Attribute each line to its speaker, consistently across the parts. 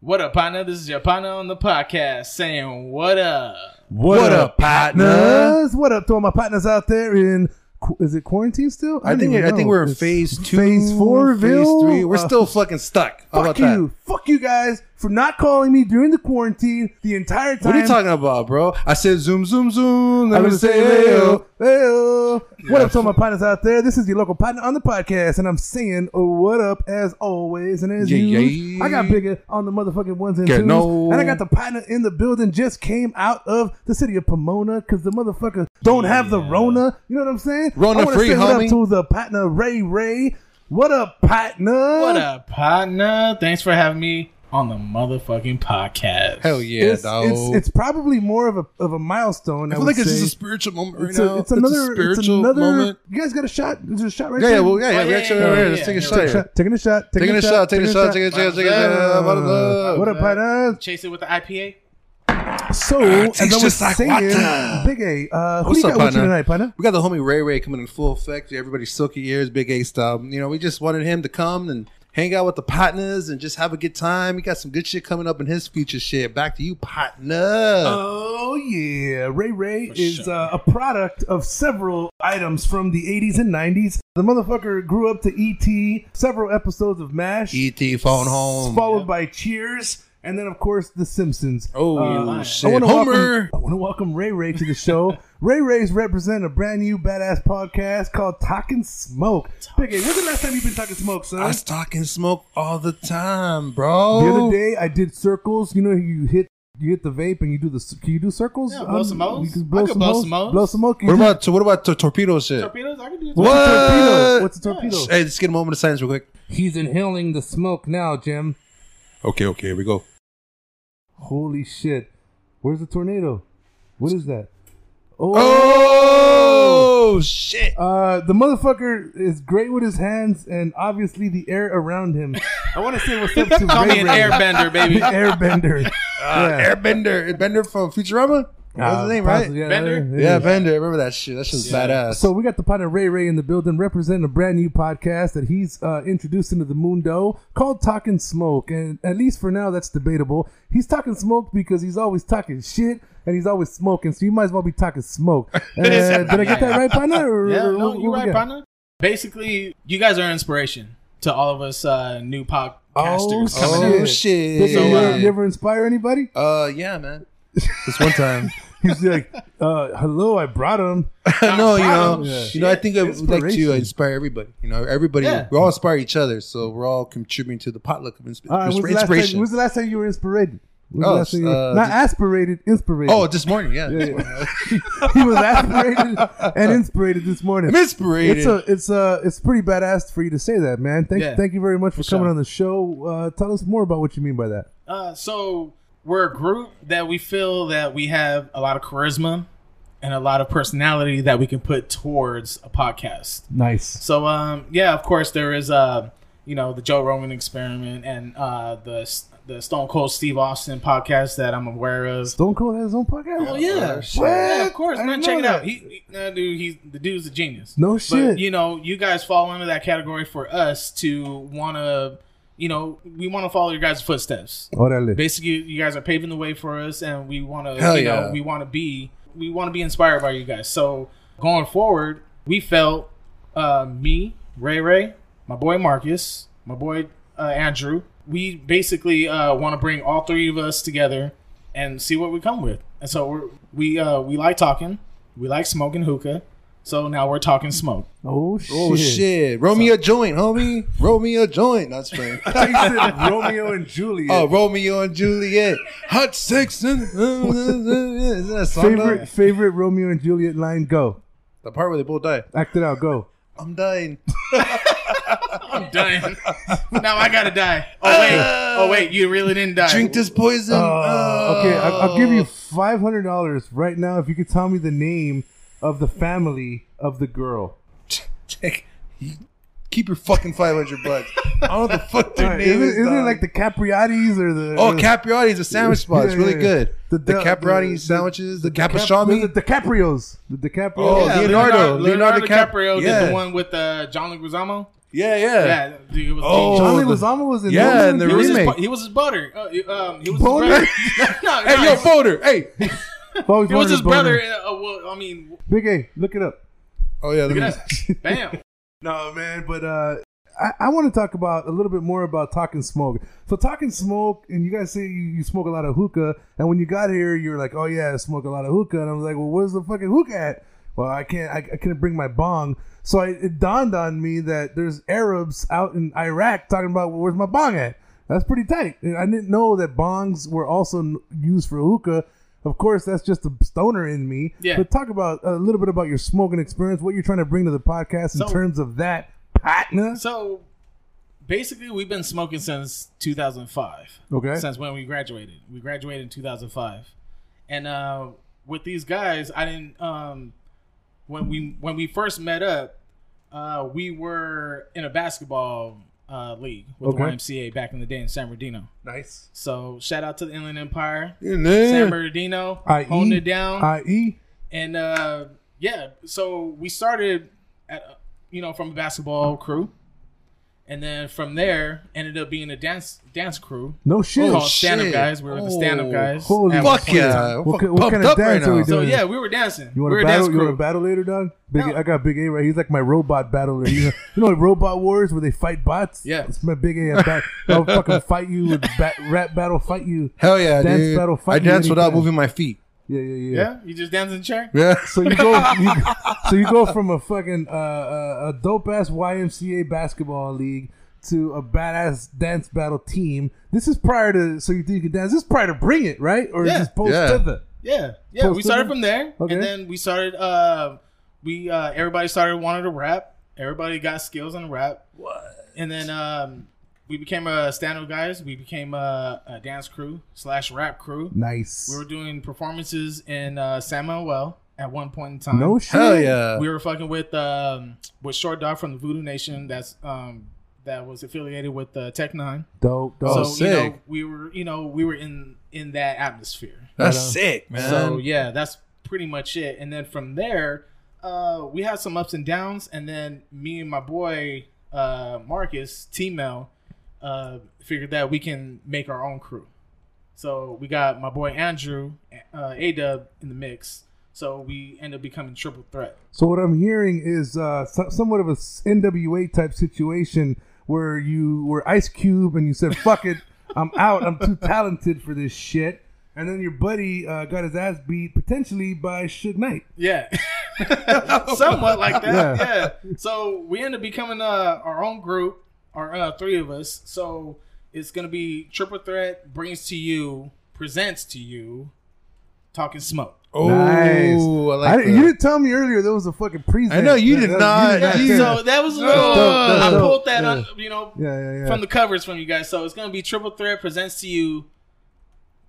Speaker 1: What up, partner? This is your partner on the podcast saying, What up?
Speaker 2: What, up, partner?
Speaker 3: What up to all my partners out there in qu- is it quarantine still?
Speaker 2: I
Speaker 3: don't
Speaker 2: think
Speaker 3: even
Speaker 2: I think
Speaker 3: know.
Speaker 2: we're in
Speaker 3: It's
Speaker 2: phase two,
Speaker 3: phase four,
Speaker 2: phase three. We're
Speaker 3: Uh,
Speaker 2: still fucking stuck. How
Speaker 3: fuck
Speaker 2: about that?
Speaker 3: you, fuck you guys for not calling me during the quarantine the entire time.
Speaker 2: What are you talking about, bro? I said zoom, zoom, zoom. Let
Speaker 3: I'm
Speaker 2: me
Speaker 3: gonna
Speaker 2: say,
Speaker 3: say,
Speaker 2: hey,
Speaker 3: hey-o, hey-o. what up to all my partners out there? This is your local partner on the podcast, and I'm saying oh, what up as always. And as
Speaker 2: Yeah,
Speaker 3: you,
Speaker 2: yeah.
Speaker 3: I got bigger on the motherfucking ones and
Speaker 2: Get
Speaker 3: twos,
Speaker 2: no.
Speaker 3: and I got the partner in the building just came out of the city of Pomona because the motherfucker don't have the Rona. You know what I'm saying?
Speaker 2: Rona
Speaker 3: I wanna
Speaker 2: free,
Speaker 3: say What
Speaker 2: homie.
Speaker 3: up to the partner Ray Ray. What up, partner?
Speaker 1: What up, partner? Thanks for having me on the motherfucking podcast.
Speaker 2: Hell yeah,
Speaker 3: It's,
Speaker 2: dog.
Speaker 3: it's it's probably more of a of a milestone. I,
Speaker 2: I feel
Speaker 3: would
Speaker 2: like it's just
Speaker 3: say.
Speaker 2: a spiritual moment right
Speaker 3: It's,
Speaker 2: now.
Speaker 3: a, it's another. It's,
Speaker 2: spiritual
Speaker 3: another.
Speaker 2: moment.
Speaker 3: You guys got a shot? There's a shot right
Speaker 2: Yeah,
Speaker 3: there.
Speaker 2: yeah, well, yeah, yeah.
Speaker 1: Oh,
Speaker 2: we
Speaker 1: yeah,
Speaker 2: actually
Speaker 1: yeah,
Speaker 2: right
Speaker 1: yeah,
Speaker 2: here. Let's
Speaker 1: yeah.
Speaker 2: take
Speaker 1: Yeah,
Speaker 2: a shot.
Speaker 3: Take a
Speaker 2: here.
Speaker 3: shot, taking a shot, Uh,
Speaker 2: Taking a shot, taking a shot, taking a shot, taking a shot. What up?
Speaker 3: What up, partner?
Speaker 1: Chase it with the IPA.
Speaker 3: So,
Speaker 2: tastes
Speaker 3: as I was
Speaker 2: just like
Speaker 3: saying,
Speaker 2: water.
Speaker 3: Big A, uh, who
Speaker 2: What's
Speaker 3: you
Speaker 2: up,
Speaker 3: got with you
Speaker 2: partner?
Speaker 3: tonight, partner?
Speaker 2: We got the homie Ray Ray coming in full effect. Everybody silky ears, big A style. You know, we just wanted him to come and hang out with the partners and just have a good time. We got some good shit coming up in his future shit. Back to you, partner.
Speaker 3: Oh yeah, Ray Ray is uh, a product of several items from the 80s and 90s. The motherfucker grew up to E.T., several episodes of MASH,
Speaker 2: E.T. E phone home.
Speaker 3: followed by Cheers, and then of course The Simpsons.
Speaker 2: Oh
Speaker 3: Uh,
Speaker 2: shit,
Speaker 3: I wanna
Speaker 2: Homer.
Speaker 3: Welcome, I want to welcome Ray Ray to the show. Ray Ray's representing a brand new badass podcast called Talking Smoke. Big A, when's the last time you've been talking smoke, son?
Speaker 2: I was talking smoke all the time, bro.
Speaker 3: The other day, I did circles. You know, you hit you hit the vape and you do the c- can you do circles? Um,
Speaker 1: Yeah, blow some O's.
Speaker 3: You can
Speaker 1: I
Speaker 3: blow
Speaker 1: could
Speaker 3: some
Speaker 1: blow
Speaker 3: O's.
Speaker 1: some O's.
Speaker 3: Blow some O's. You
Speaker 2: What
Speaker 3: do-
Speaker 2: about so what about the torpedo shit?
Speaker 1: Torpedoes? I can do
Speaker 3: What's a torpedo?
Speaker 2: What?
Speaker 3: What's a torpedo?
Speaker 2: Hey, let's get a moment of silence real quick.
Speaker 3: He's inhaling the smoke now, Jim.
Speaker 2: Okay, okay, here we go.
Speaker 3: Holy shit! Where's the tornado? What is that?
Speaker 2: Oh shit!
Speaker 3: Uh, the motherfucker is great with his hands and obviously the air around him. I want to say what's up to
Speaker 1: Call me
Speaker 3: Ray
Speaker 1: an
Speaker 3: Ray.
Speaker 1: airbender,
Speaker 3: The
Speaker 1: baby.
Speaker 3: airbender.
Speaker 2: Uh,
Speaker 3: Yeah.
Speaker 2: Airbender, Bender from Futurama. That's
Speaker 3: Uh,
Speaker 2: his name, right?
Speaker 3: possibly, yeah,
Speaker 1: Bender?
Speaker 3: yeah.
Speaker 2: Yeah, Bender. Remember that shit? That shit's badass.
Speaker 3: So we got the partner Ray Ray in the building representing a brand new podcast that he's uh, introducing to the Mundo called Talking Smoke. And at least for now, that's debatable. He's talking smoke because he's always talking shit and he's always smoking. So you might as well be talking smoke. Uh, did I get that right, partner? Or-
Speaker 1: Yeah,
Speaker 3: or
Speaker 1: no,
Speaker 3: what
Speaker 1: you're
Speaker 3: we
Speaker 1: right,
Speaker 3: got?
Speaker 1: partner. Basically, you guys are inspiration to all of us uh, new podcasters
Speaker 3: Oh,
Speaker 1: coming
Speaker 2: oh
Speaker 1: in.
Speaker 3: shit.
Speaker 2: shit!
Speaker 3: Did you,
Speaker 1: So, uh,
Speaker 3: ever, you ever inspire anybody?
Speaker 2: uh, yeah, man. This one time.
Speaker 3: He's like, uh, hello, I brought him.
Speaker 2: no, you know,
Speaker 3: Yeah.
Speaker 2: you know. I think I would like to
Speaker 3: Inspiration.
Speaker 2: inspire everybody. You know, everybody.
Speaker 1: Yeah.
Speaker 2: We all inspire each other, so we're all contributing to the potluck of insp-
Speaker 3: All right, Ah, when's the last time-
Speaker 2: inspiration.
Speaker 3: When's the last time you were inspired? When's
Speaker 2: Oh,
Speaker 3: the last time you were-
Speaker 2: uh,
Speaker 3: not
Speaker 2: just-
Speaker 3: aspirated, inspirated.
Speaker 2: oh, this morning, yeah.
Speaker 3: he was aspirated and inspirated this morning.
Speaker 2: I'm inspired.
Speaker 3: It's a, it's a, it's pretty badass for you to say that, man. Thank,
Speaker 1: Yeah.
Speaker 3: thank you very much for, coming
Speaker 1: sure.
Speaker 3: on the show. Uh, tell us more about what you mean by that.
Speaker 1: Uh, so we're a group that we feel that we have a lot of charisma and a lot of personality that we can put towards a podcast.
Speaker 3: Nice.
Speaker 1: So um, yeah, of course there is uh, you know, the Joe Rogan experiment and uh, the the Stone Cold Steve Austin podcast that I'm aware of.
Speaker 3: Stone Cold has his own podcast.
Speaker 1: Oh yeah,
Speaker 2: shit.
Speaker 1: yeah, of course,
Speaker 3: I
Speaker 1: man.
Speaker 3: didn't
Speaker 1: Check
Speaker 3: know
Speaker 1: it out.
Speaker 3: that.
Speaker 1: He, he- nah, dude, he's the dude's a genius.
Speaker 3: No
Speaker 1: But,
Speaker 3: shit.
Speaker 1: you know, you guys fall into that category for us to want to, you know, we want to follow your guys' footsteps.
Speaker 3: Órale.
Speaker 1: Basically, you guys are paving the way for us, and we want to,
Speaker 2: Hell
Speaker 1: you
Speaker 2: yeah.
Speaker 1: know, we want to be, we want to be inspired by you guys. So going forward, we felt uh, me, Ray Ray, my boy Marcus, my boy uh, Andrew. We basically uh, want to bring all three of us together and see what we come with. And so we're, we uh, we like talking, we like smoking hookah, So now we're talking smoke.
Speaker 3: Oh shit!
Speaker 2: Oh shit! Roll me a joint, homie. Roll me a joint. That's funny.
Speaker 3: He said Romeo and Juliet.
Speaker 2: Oh, Romeo and Juliet, Hot Sexton. Isn't that a song? though?
Speaker 3: favorite favorite Romeo and Juliet line. Go
Speaker 2: The part where they both die.
Speaker 3: act it out. Go.
Speaker 2: I'm dying.
Speaker 1: I'm dying. now I gotta die. Oh wait. Oh wait. You really didn't die.
Speaker 2: Drink this poison.
Speaker 3: Uh, okay, I'll, I'll give
Speaker 2: Oh.
Speaker 3: you five hundred dollars right now if you could tell me the name of the family of the girl.
Speaker 2: Jake, you keep your fucking 500 bucks. I don't know what the fuck their
Speaker 3: Alright,
Speaker 2: name
Speaker 3: isn't,
Speaker 2: is.
Speaker 3: isn't it
Speaker 2: dog.
Speaker 3: like the Capriati's or the?
Speaker 2: Oh,
Speaker 3: or the-
Speaker 2: Capriati's a sandwich spot. It's
Speaker 3: Yeah,
Speaker 2: really
Speaker 3: yeah, yeah.
Speaker 2: good. The,
Speaker 3: Del-
Speaker 2: Capriati
Speaker 3: the-
Speaker 2: sandwiches, the,
Speaker 3: Cap-
Speaker 2: Capistrami.
Speaker 3: the, the DiCaprios, the DiCaprio.
Speaker 2: Oh,
Speaker 1: Yeah,
Speaker 2: Leonardo- Leonardo Cap-
Speaker 1: DiCaprio did
Speaker 2: yeah.
Speaker 1: the one with uh, John Leguizamo.
Speaker 2: yeah, yeah.
Speaker 1: Yeah, dude, it was
Speaker 2: Oh,
Speaker 3: John
Speaker 2: the-
Speaker 3: Leguizamo was in.
Speaker 2: yeah,
Speaker 3: that one?
Speaker 2: and the
Speaker 1: he, was his,
Speaker 2: remake.
Speaker 1: bu- he was his brother. Uh, he- um, he was
Speaker 3: Boner?
Speaker 1: his brother. no, no,
Speaker 2: Hey, yo, voter. Hey.
Speaker 3: Oh,
Speaker 1: he was his brother.
Speaker 3: boner.
Speaker 1: Uh, uh, well, I mean,
Speaker 3: Big A, look it up.
Speaker 2: Oh, yeah. let
Speaker 1: look
Speaker 2: me-
Speaker 1: at that. Bam.
Speaker 3: No, man, but uh, I, I want to talk about a little bit more about talking smoke. So talking smoke, and you guys say you, you smoke a lot of hookah, and when you got here, you were like, "Oh yeah, I smoke a lot of hookah," and I was like, "Well, where's the fucking hookah at?" Well, I can't, I, I couldn't bring my bong, so I, it dawned on me that there's Arabs out in Iraq talking about well, where's my bong at. That's pretty tight. And I didn't know that bongs were also n- used for hookah. Of course, that's just the stoner in me.
Speaker 1: Yeah.
Speaker 3: But talk about a little bit about your smoking experience, what you're trying to bring to the podcast in
Speaker 1: So-
Speaker 3: terms of that partner.
Speaker 1: So basically, we've been smoking since 2005.
Speaker 3: Okay.
Speaker 1: Since when we graduated. We graduated in 2005. And uh, with these guys, I didn't. Um, when we when we first met up, uh, we were in a basketball uh, league with
Speaker 3: Okay.
Speaker 1: the YMCA back in the day in San Bernardino.
Speaker 2: Nice.
Speaker 1: So shout out to the Inland Empire,
Speaker 2: In there.
Speaker 1: San Bernardino,
Speaker 3: I.e.
Speaker 1: holding it down.
Speaker 3: I.E.
Speaker 1: and uh, yeah, so we started at uh, you know from a basketball crew, and then from there ended up being a dance dance crew
Speaker 3: No shit.
Speaker 1: called
Speaker 2: shit.
Speaker 1: stand up oh, guys. We were the stand up
Speaker 2: Oh,
Speaker 1: guys.
Speaker 3: holy
Speaker 1: at one
Speaker 2: Fuck
Speaker 1: point in time.
Speaker 2: yeah. I'm
Speaker 3: What, ki-
Speaker 2: fucking
Speaker 3: what kind of
Speaker 2: pumped up
Speaker 3: dance
Speaker 2: right
Speaker 3: are we
Speaker 2: now.
Speaker 1: So
Speaker 3: doing?
Speaker 1: yeah, we were dancing.
Speaker 3: You
Speaker 1: we
Speaker 3: want
Speaker 1: were a
Speaker 3: to
Speaker 1: dance
Speaker 3: battle? You want
Speaker 1: crew.
Speaker 3: to battle later, dog? Big
Speaker 1: No.
Speaker 3: A, I got Big A right. He's like my robot battler. You know, you know like robot wars where they fight bots.
Speaker 1: Yeah.
Speaker 3: it's my Big A. I'm back. I'll fucking fight you with bat, rap battle. Fight you.
Speaker 2: Hell yeah,
Speaker 3: Dance
Speaker 2: dude.
Speaker 3: battle, fight
Speaker 2: I
Speaker 3: me
Speaker 2: danced without
Speaker 3: anytime.
Speaker 2: moving my feet.
Speaker 3: Yeah, yeah, yeah.
Speaker 1: yeah, you just dance in the chair.
Speaker 2: Yeah.
Speaker 3: So you go, you, so you go from a fucking uh, uh, a dope ass YMCA basketball league to a badass dance battle team. This is prior to so you think you can dance. This is prior to bring it right or
Speaker 1: Yeah.
Speaker 3: is this post
Speaker 2: Yeah.
Speaker 3: tether?
Speaker 1: Yeah, yeah.
Speaker 3: Post
Speaker 1: we started
Speaker 3: it?
Speaker 1: from there,
Speaker 3: Okay.
Speaker 1: and then we started. Uh, we uh, everybody started wanting to rap. Everybody got skills in rap. What? And then um, we became a stand-up guys. We became a, a dance crew slash rap crew.
Speaker 3: Nice.
Speaker 1: We were doing performances in uh, San Manuel at one point in time.
Speaker 3: no shit.
Speaker 2: Hell yeah.
Speaker 1: we were fucking with um, with Short Dog from the Voodoo Nation. That's um, that was affiliated with uh, Tech Nine.
Speaker 3: Dope. Dope.
Speaker 1: so you know
Speaker 2: sick.
Speaker 1: we were you know we were in in that atmosphere.
Speaker 2: That's
Speaker 3: Right on.
Speaker 2: sick, man.
Speaker 1: So yeah, that's pretty much it. And then from there, uh, we had some ups and downs, and then me and my boy uh, Marcus T-Mel uh, figured that we can make our own crew. So we got my boy Andrew uh, A Dub in the mix. So we end up becoming triple threat.
Speaker 3: So what I'm hearing is uh, so- somewhat of a s- NWA type situation where you were Ice Cube and you said, "Fuck it, I'm out. I'm too talented for this shit." And then your buddy uh, got his ass beat potentially by Suge Knight.
Speaker 1: Yeah, somewhat like that.
Speaker 3: Yeah.
Speaker 1: Yeah. So we end up becoming uh, our own group, our uh, three of us. So it's gonna be Triple Threat brings to you, presents to you, talking smoke.
Speaker 2: oh,
Speaker 3: Nice.
Speaker 2: I like
Speaker 3: I
Speaker 2: that.
Speaker 3: didn't- you didn't tell me earlier there was a fucking present.
Speaker 2: I know, you did not.
Speaker 1: Yeah,
Speaker 2: Yeah, yeah.
Speaker 1: so that was a little.
Speaker 3: That's dope, that's
Speaker 1: I
Speaker 3: dope.
Speaker 1: pulled that up, you know,
Speaker 3: Yeah, yeah, yeah.
Speaker 1: from the covers from you guys. So it's gonna be Triple Threat presents to you,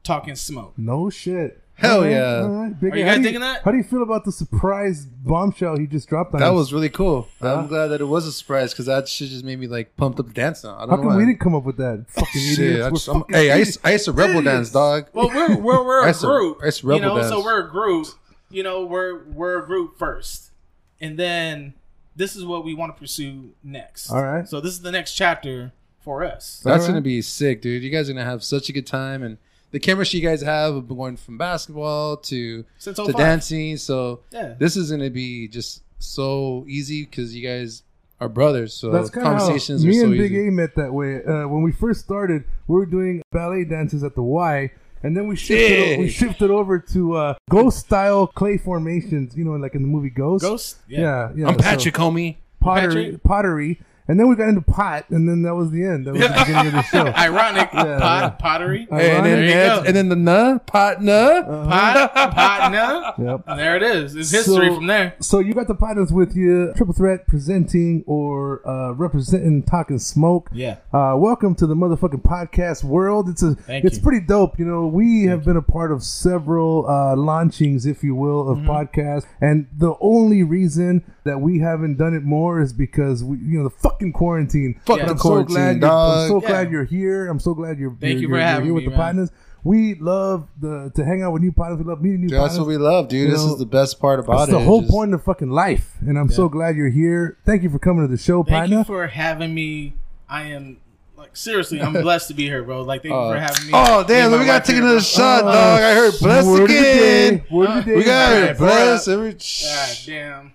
Speaker 1: talking smoke.
Speaker 3: no shit.
Speaker 2: Hell
Speaker 3: Alright,
Speaker 2: yeah.
Speaker 3: alright, Big
Speaker 1: Are you
Speaker 3: A,
Speaker 1: guys
Speaker 3: how do
Speaker 1: digging that?
Speaker 3: How do you feel about the surprise bombshell he just dropped on
Speaker 2: That
Speaker 3: us?
Speaker 2: was really cool. I'm glad that it was a surprise because that shit just made me like pumped up to dance now. I don't
Speaker 3: How
Speaker 2: know
Speaker 3: come
Speaker 2: why.
Speaker 3: we didn't come up with that? Fucking
Speaker 2: Shit,
Speaker 3: idiots.
Speaker 2: I
Speaker 3: We're
Speaker 2: just- I'm-
Speaker 3: fucking
Speaker 2: hey, I
Speaker 3: idiots.
Speaker 2: used, I used to rebel dance, dog.
Speaker 1: Well, we're we're, we're a
Speaker 2: That's a-
Speaker 1: group.
Speaker 2: that's
Speaker 1: you
Speaker 2: rebel
Speaker 1: know, so
Speaker 2: dance.
Speaker 1: we're a group. You know, we're we're a group first, and then this is what we want to pursue next.
Speaker 3: All right.
Speaker 1: So this is the next chapter for us.
Speaker 2: That's
Speaker 3: Alright.
Speaker 2: gonna be sick, dude. You guys are gonna have such a good time, and the chemistry you guys have of going from basketball to
Speaker 1: Since
Speaker 3: oh
Speaker 2: to
Speaker 1: 05.
Speaker 2: dancing. So
Speaker 1: Yeah.
Speaker 2: this is gonna be just so easy because you guys are brothers. So
Speaker 3: That's kind of
Speaker 2: conversations
Speaker 3: me
Speaker 2: are so
Speaker 3: and Big
Speaker 2: easy.
Speaker 3: A met that way. Uh, when we first started, we were doing ballet dances at the Y, And then we shifted,
Speaker 2: Yeah.
Speaker 3: we shifted over to uh, ghost style clay formations, you know, like in the movie Ghost.
Speaker 1: Ghost? Yeah.
Speaker 3: Yeah. yeah
Speaker 2: I'm
Speaker 3: so
Speaker 2: Patrick, homie.
Speaker 3: pottery,
Speaker 1: Patrick.
Speaker 3: pottery. And then we got into pot, and then that was the end. That was the beginning of the show.
Speaker 1: Ironic pot,
Speaker 3: yeah.
Speaker 1: pottery.
Speaker 2: And then,
Speaker 1: there you
Speaker 2: that's-
Speaker 1: go.
Speaker 2: and then the nuh, partner.
Speaker 3: Uh-huh.
Speaker 1: pot, partner.
Speaker 3: Yep.
Speaker 1: And there it is. It's history
Speaker 3: So-
Speaker 1: from there.
Speaker 3: So you got the partners with you, Triple Threat presenting or uh, representing Talking Smoke.
Speaker 1: Yeah.
Speaker 3: Uh, welcome to the motherfucking podcast world. It's a,
Speaker 1: Thank
Speaker 3: it's
Speaker 1: you.
Speaker 3: pretty dope. You know, we have been a part of several uh, launchings, if you will, of
Speaker 2: Mm-hmm.
Speaker 3: podcasts, and the only reason that we haven't done it more is because we, you know, the fucking quarantine.
Speaker 2: Fuck
Speaker 3: But
Speaker 1: the
Speaker 3: I'm so glad.
Speaker 2: quarantine,
Speaker 3: You're, I'm
Speaker 2: dog.
Speaker 3: so
Speaker 1: Yeah.
Speaker 3: glad you're here. I'm so glad you're.
Speaker 1: Thank
Speaker 3: you're-
Speaker 1: you for
Speaker 3: you're- you're
Speaker 1: having
Speaker 3: here with
Speaker 1: me,
Speaker 3: the
Speaker 1: man.
Speaker 3: partners. We love the to hang out with new partners. We love meeting new
Speaker 2: Yeah,
Speaker 3: partners.
Speaker 2: that's what we love, dude.
Speaker 3: You
Speaker 2: this
Speaker 3: know,
Speaker 2: is the best part about
Speaker 3: That's
Speaker 2: it.
Speaker 3: the whole
Speaker 2: Just-
Speaker 3: point of fucking life. And I'm so glad you're here. Thank you for coming to the show,
Speaker 1: Thank
Speaker 3: partner.
Speaker 1: you for having me. I am like seriously, I'm blessed to be here, bro. Like thank you for having me.
Speaker 2: Oh damn!
Speaker 1: Me
Speaker 2: We
Speaker 1: and my
Speaker 2: gotta
Speaker 1: wife
Speaker 2: take
Speaker 1: here,
Speaker 2: another
Speaker 1: bro.
Speaker 2: shot,
Speaker 3: Uh,
Speaker 2: dog. I heard bless
Speaker 3: Word of the
Speaker 2: again. Uh,
Speaker 3: day. Word of the
Speaker 2: We
Speaker 3: day.
Speaker 2: got
Speaker 1: Alright,
Speaker 2: it. Bless
Speaker 1: bruh.
Speaker 2: every.
Speaker 1: God damn.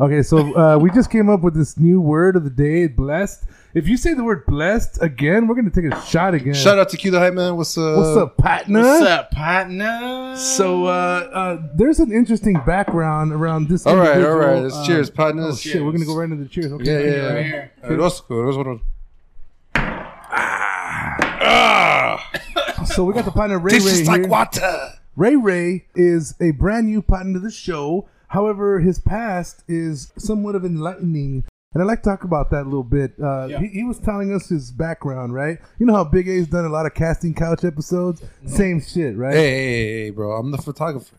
Speaker 3: Okay, so uh, we just came up with this new word of the day, blessed. If you say the word blessed again, we're gonna take a shot again.
Speaker 2: Shout out to Q the hype man. What's up?
Speaker 3: What's up, partner?
Speaker 1: What's up, partner?
Speaker 3: So uh, uh, there's an interesting background around this.
Speaker 2: All right, all
Speaker 3: individual,
Speaker 2: right. Let's
Speaker 3: uh,
Speaker 2: cheers,
Speaker 3: Oh,
Speaker 2: partners.
Speaker 3: shit, we're gonna go right into the cheers.
Speaker 2: Yeah,
Speaker 3: Okay.
Speaker 2: yeah,
Speaker 1: Right
Speaker 2: yeah.
Speaker 1: here.
Speaker 2: All right, let's go, let's go. Ah, ah.
Speaker 3: So we got the partner Ray
Speaker 2: This
Speaker 3: Ray
Speaker 2: is like
Speaker 3: here.
Speaker 2: water.
Speaker 3: Ray Ray is a brand new partner to the show. However, his past is somewhat of enlightening. And I'd like to talk about that a little bit. Uh,
Speaker 1: Yeah.
Speaker 3: he, he was telling us his background, right? You know how Big A's done a lot of casting couch episodes? Same shit, right?
Speaker 2: Hey, hey, hey, bro. I'm the photographer.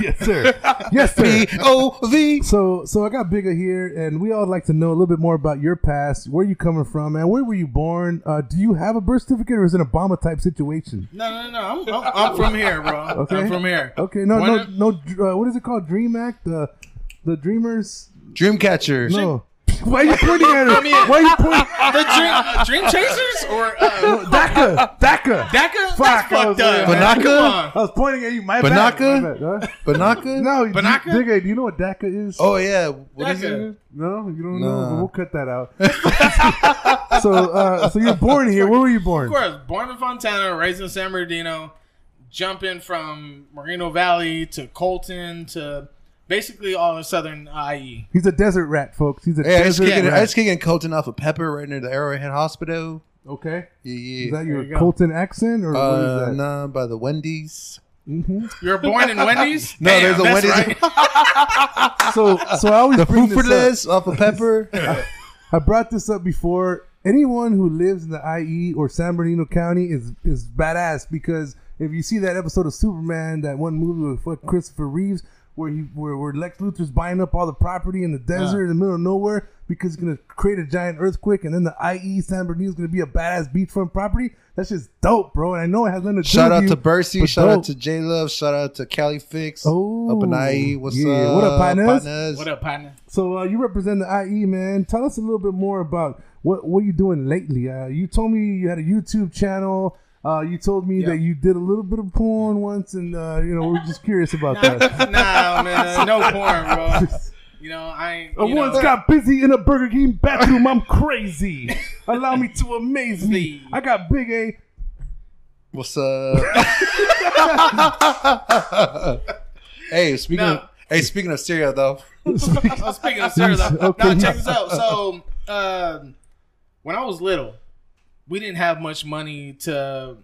Speaker 3: Yes, sir. yes, sir.
Speaker 2: B O V.
Speaker 3: So, so I got Bigger here, and we all like to know a little bit more about your past. Where you coming from, man? Where were you born? Uh, do you have a birth certificate, or is it an Obama type situation?
Speaker 1: No, no, no. I'm, I'm, I'm from here, bro.
Speaker 3: Okay.
Speaker 1: I'm from here.
Speaker 3: Okay, no,
Speaker 1: Why
Speaker 3: no,
Speaker 1: not-
Speaker 3: no. Uh, what is it called? Dream Act, the the Dreamers.
Speaker 2: Dreamcatcher.
Speaker 3: No. Why are you pointing at her? Why are you pointing?
Speaker 1: The dream, uh, dream Chasers or uh,
Speaker 3: Daka, Daka.
Speaker 1: Daka?
Speaker 3: Fuck,
Speaker 1: That's
Speaker 3: I was
Speaker 1: fucked up.
Speaker 3: saying-
Speaker 1: man.
Speaker 2: Banaka?
Speaker 1: Come on.
Speaker 3: I was pointing at you. My bad.
Speaker 2: Banaka?
Speaker 3: My bad, huh?
Speaker 2: Banaka.
Speaker 3: No, you-
Speaker 1: Banaka?
Speaker 3: Digga, do you know what Daka is?
Speaker 2: Oh yeah. What is
Speaker 1: Daka.
Speaker 2: it?
Speaker 3: No, you don't know.
Speaker 2: Nah.
Speaker 3: But we'll cut that out. so, uh, so you're born here. Where were you born?
Speaker 1: Of course, born in Fontana, raised in San Bernardino, jumping from Moreno Valley to Colton to basically all of Southern E. IE.
Speaker 3: He's a desert rat, folks. He's a
Speaker 2: Hey, I just
Speaker 3: desert
Speaker 2: kicking.
Speaker 3: rat.
Speaker 2: I just kicking Colton off of Pepper right near the Arrowhead Hospital.
Speaker 3: okay.
Speaker 2: Yeah,
Speaker 3: Is
Speaker 2: yeah.
Speaker 3: that your
Speaker 1: you go.
Speaker 3: Colton accent or
Speaker 2: Uh,
Speaker 3: what is that? Mm-hmm.
Speaker 2: nah, by the Wendy's.
Speaker 1: You were born in Wendy's?
Speaker 2: No,
Speaker 1: Damn,
Speaker 2: there's a
Speaker 1: that's
Speaker 2: Wendy's.
Speaker 1: right.
Speaker 3: So, so I always
Speaker 2: The
Speaker 3: bring this up.
Speaker 2: Fruitless off of Pepper.
Speaker 3: I brought this up before. Anyone who lives in the IE or San Bernardino County is is badass because if you see that episode of Superman, that one movie with fucking Christopher Reeves, where he where, where Lex Luthor's buying up all the property in the desert in the middle of nowhere because he's gonna create a giant earthquake, and then the IE San Bernardino's gonna be a badass beachfront property. That's just dope, bro. And I know it has nothing to
Speaker 2: Shout
Speaker 3: do
Speaker 2: out
Speaker 3: with
Speaker 2: to
Speaker 3: you,
Speaker 2: Bercy.
Speaker 3: but
Speaker 2: Shout out
Speaker 3: dope.
Speaker 2: to J Love. Shout out to Cali Fix.
Speaker 3: Oh,
Speaker 2: up in IE. What's
Speaker 3: yeah.
Speaker 2: up?
Speaker 3: What up, partners?
Speaker 1: What up, partner?
Speaker 3: So uh, you represent the IE, man. Tell us a little bit more about what what you doing lately. Uh, you told me you had a YouTube channel. Uh, you told me
Speaker 1: Yeah.
Speaker 3: that you did a little bit of porn once, and uh, you know we're just curious about that.
Speaker 1: Nah, man, no porn, bro. You know, I ain't.
Speaker 3: I
Speaker 1: You know,
Speaker 3: once got busy in a Burger King bathroom. I'm crazy. Allow me to amaze me. I got Big A.
Speaker 2: What's up? hey, speaking
Speaker 1: No.
Speaker 2: of hey, speaking of cereal though,
Speaker 1: oh, speaking of cereal, though.
Speaker 3: Okay.
Speaker 1: no, check this out. So, um, when I was little, we didn't have much money to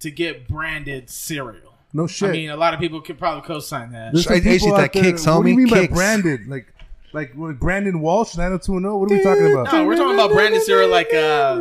Speaker 1: to get branded cereal.
Speaker 3: No shit.
Speaker 1: I mean, a lot of people could probably co-sign that.
Speaker 3: There's some
Speaker 2: I- I
Speaker 3: people
Speaker 2: ate
Speaker 3: out
Speaker 2: that kicks,
Speaker 3: What do you
Speaker 2: homie.
Speaker 3: mean by
Speaker 2: Kicks.
Speaker 3: branded? Like, like what, Brandon Walsh, 90210? What are we talking about?
Speaker 1: No, we're talking about branded cereal like uh,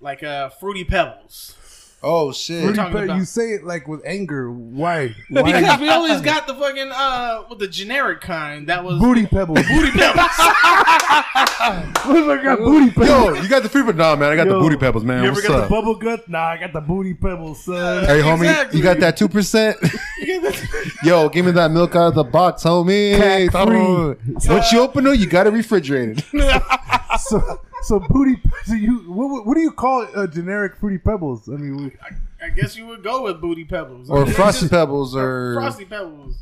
Speaker 1: like uh, fruity pebbles.
Speaker 2: oh shit!
Speaker 1: talking
Speaker 3: But
Speaker 1: about-
Speaker 3: you say it like with anger. Why? Why?
Speaker 1: Because we always got the fucking uh, well, the generic kind that was
Speaker 3: booty pebbles.
Speaker 1: booty pebbles.
Speaker 3: I got booty pebbles.
Speaker 2: Yo, you got the free but nah, man. I got the booty pebbles, man.
Speaker 3: You ever
Speaker 2: What's
Speaker 3: got
Speaker 2: up?
Speaker 3: the bubble gut? Nah, I got the booty pebbles, son.
Speaker 2: hey, homie,
Speaker 1: Exactly.
Speaker 2: you got that two percent? Yo, give me that milk out of the box, homie.
Speaker 3: Pack free.
Speaker 2: Once you open it, you got it refrigerated.
Speaker 3: so, so booty. So you, what, what do you call it, uh, generic fruity pebbles? I mean, we,
Speaker 1: I guess you would go with booty pebbles
Speaker 2: or
Speaker 1: It's
Speaker 2: frosty
Speaker 1: just
Speaker 2: pebbles, or
Speaker 1: frosty pebbles.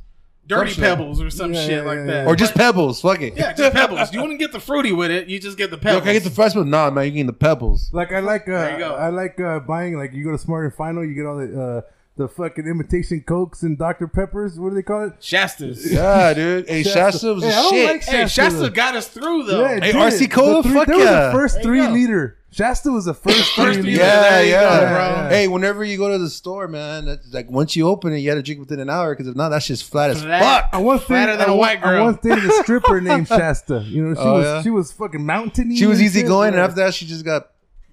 Speaker 1: dirty
Speaker 2: Some shit.
Speaker 1: pebbles or some
Speaker 3: Yeah,
Speaker 1: shit
Speaker 3: yeah,
Speaker 1: like
Speaker 3: yeah,
Speaker 1: that.
Speaker 3: yeah.
Speaker 2: Or just pebbles. Fuck it.
Speaker 1: yeah, just pebbles. You wouldn't get the fruity with it. You just get the
Speaker 2: Yo,
Speaker 1: pebbles.
Speaker 2: can I get the fresh one? Nah, man, you getting the pebbles.
Speaker 3: Like I like uh,
Speaker 1: you go.
Speaker 3: I like uh, buying like you go to Smart and Final, you get all the uh, the fucking imitation cokes and Dr Peppers. What do they call it?
Speaker 1: Shastas.
Speaker 2: Yeah, dude. Hey, Shasta was
Speaker 3: Hey,
Speaker 2: a
Speaker 3: I don't
Speaker 2: shit.
Speaker 3: like
Speaker 1: Hey,
Speaker 3: Shasta.
Speaker 1: Shasta got us through though.
Speaker 3: it
Speaker 2: Hey,
Speaker 3: did.
Speaker 2: RC Cola,
Speaker 3: The three-
Speaker 2: fuck
Speaker 3: that was
Speaker 2: yeah.
Speaker 3: the first
Speaker 1: There you
Speaker 3: three
Speaker 1: go.
Speaker 3: liter. Shasta was the first three
Speaker 1: First three
Speaker 3: liter.
Speaker 1: liter.
Speaker 2: yeah,
Speaker 1: There you
Speaker 2: yeah.
Speaker 1: go, bro.
Speaker 2: Hey, whenever you go to the store, man, that's like once you open it, you got to drink within an hour because if not, that's just flat as
Speaker 1: Flat.
Speaker 2: fuck.
Speaker 3: I once dated,
Speaker 1: Fatter than
Speaker 3: I
Speaker 1: a
Speaker 3: once-
Speaker 1: white girl.
Speaker 3: I once dated a stripper named Shasta. You know, she
Speaker 2: Oh,
Speaker 3: was
Speaker 2: yeah?
Speaker 3: she was fucking mountainy.
Speaker 2: She was
Speaker 3: and
Speaker 2: easy
Speaker 3: shit.
Speaker 2: going, and
Speaker 3: Yeah.
Speaker 2: after that, she just got.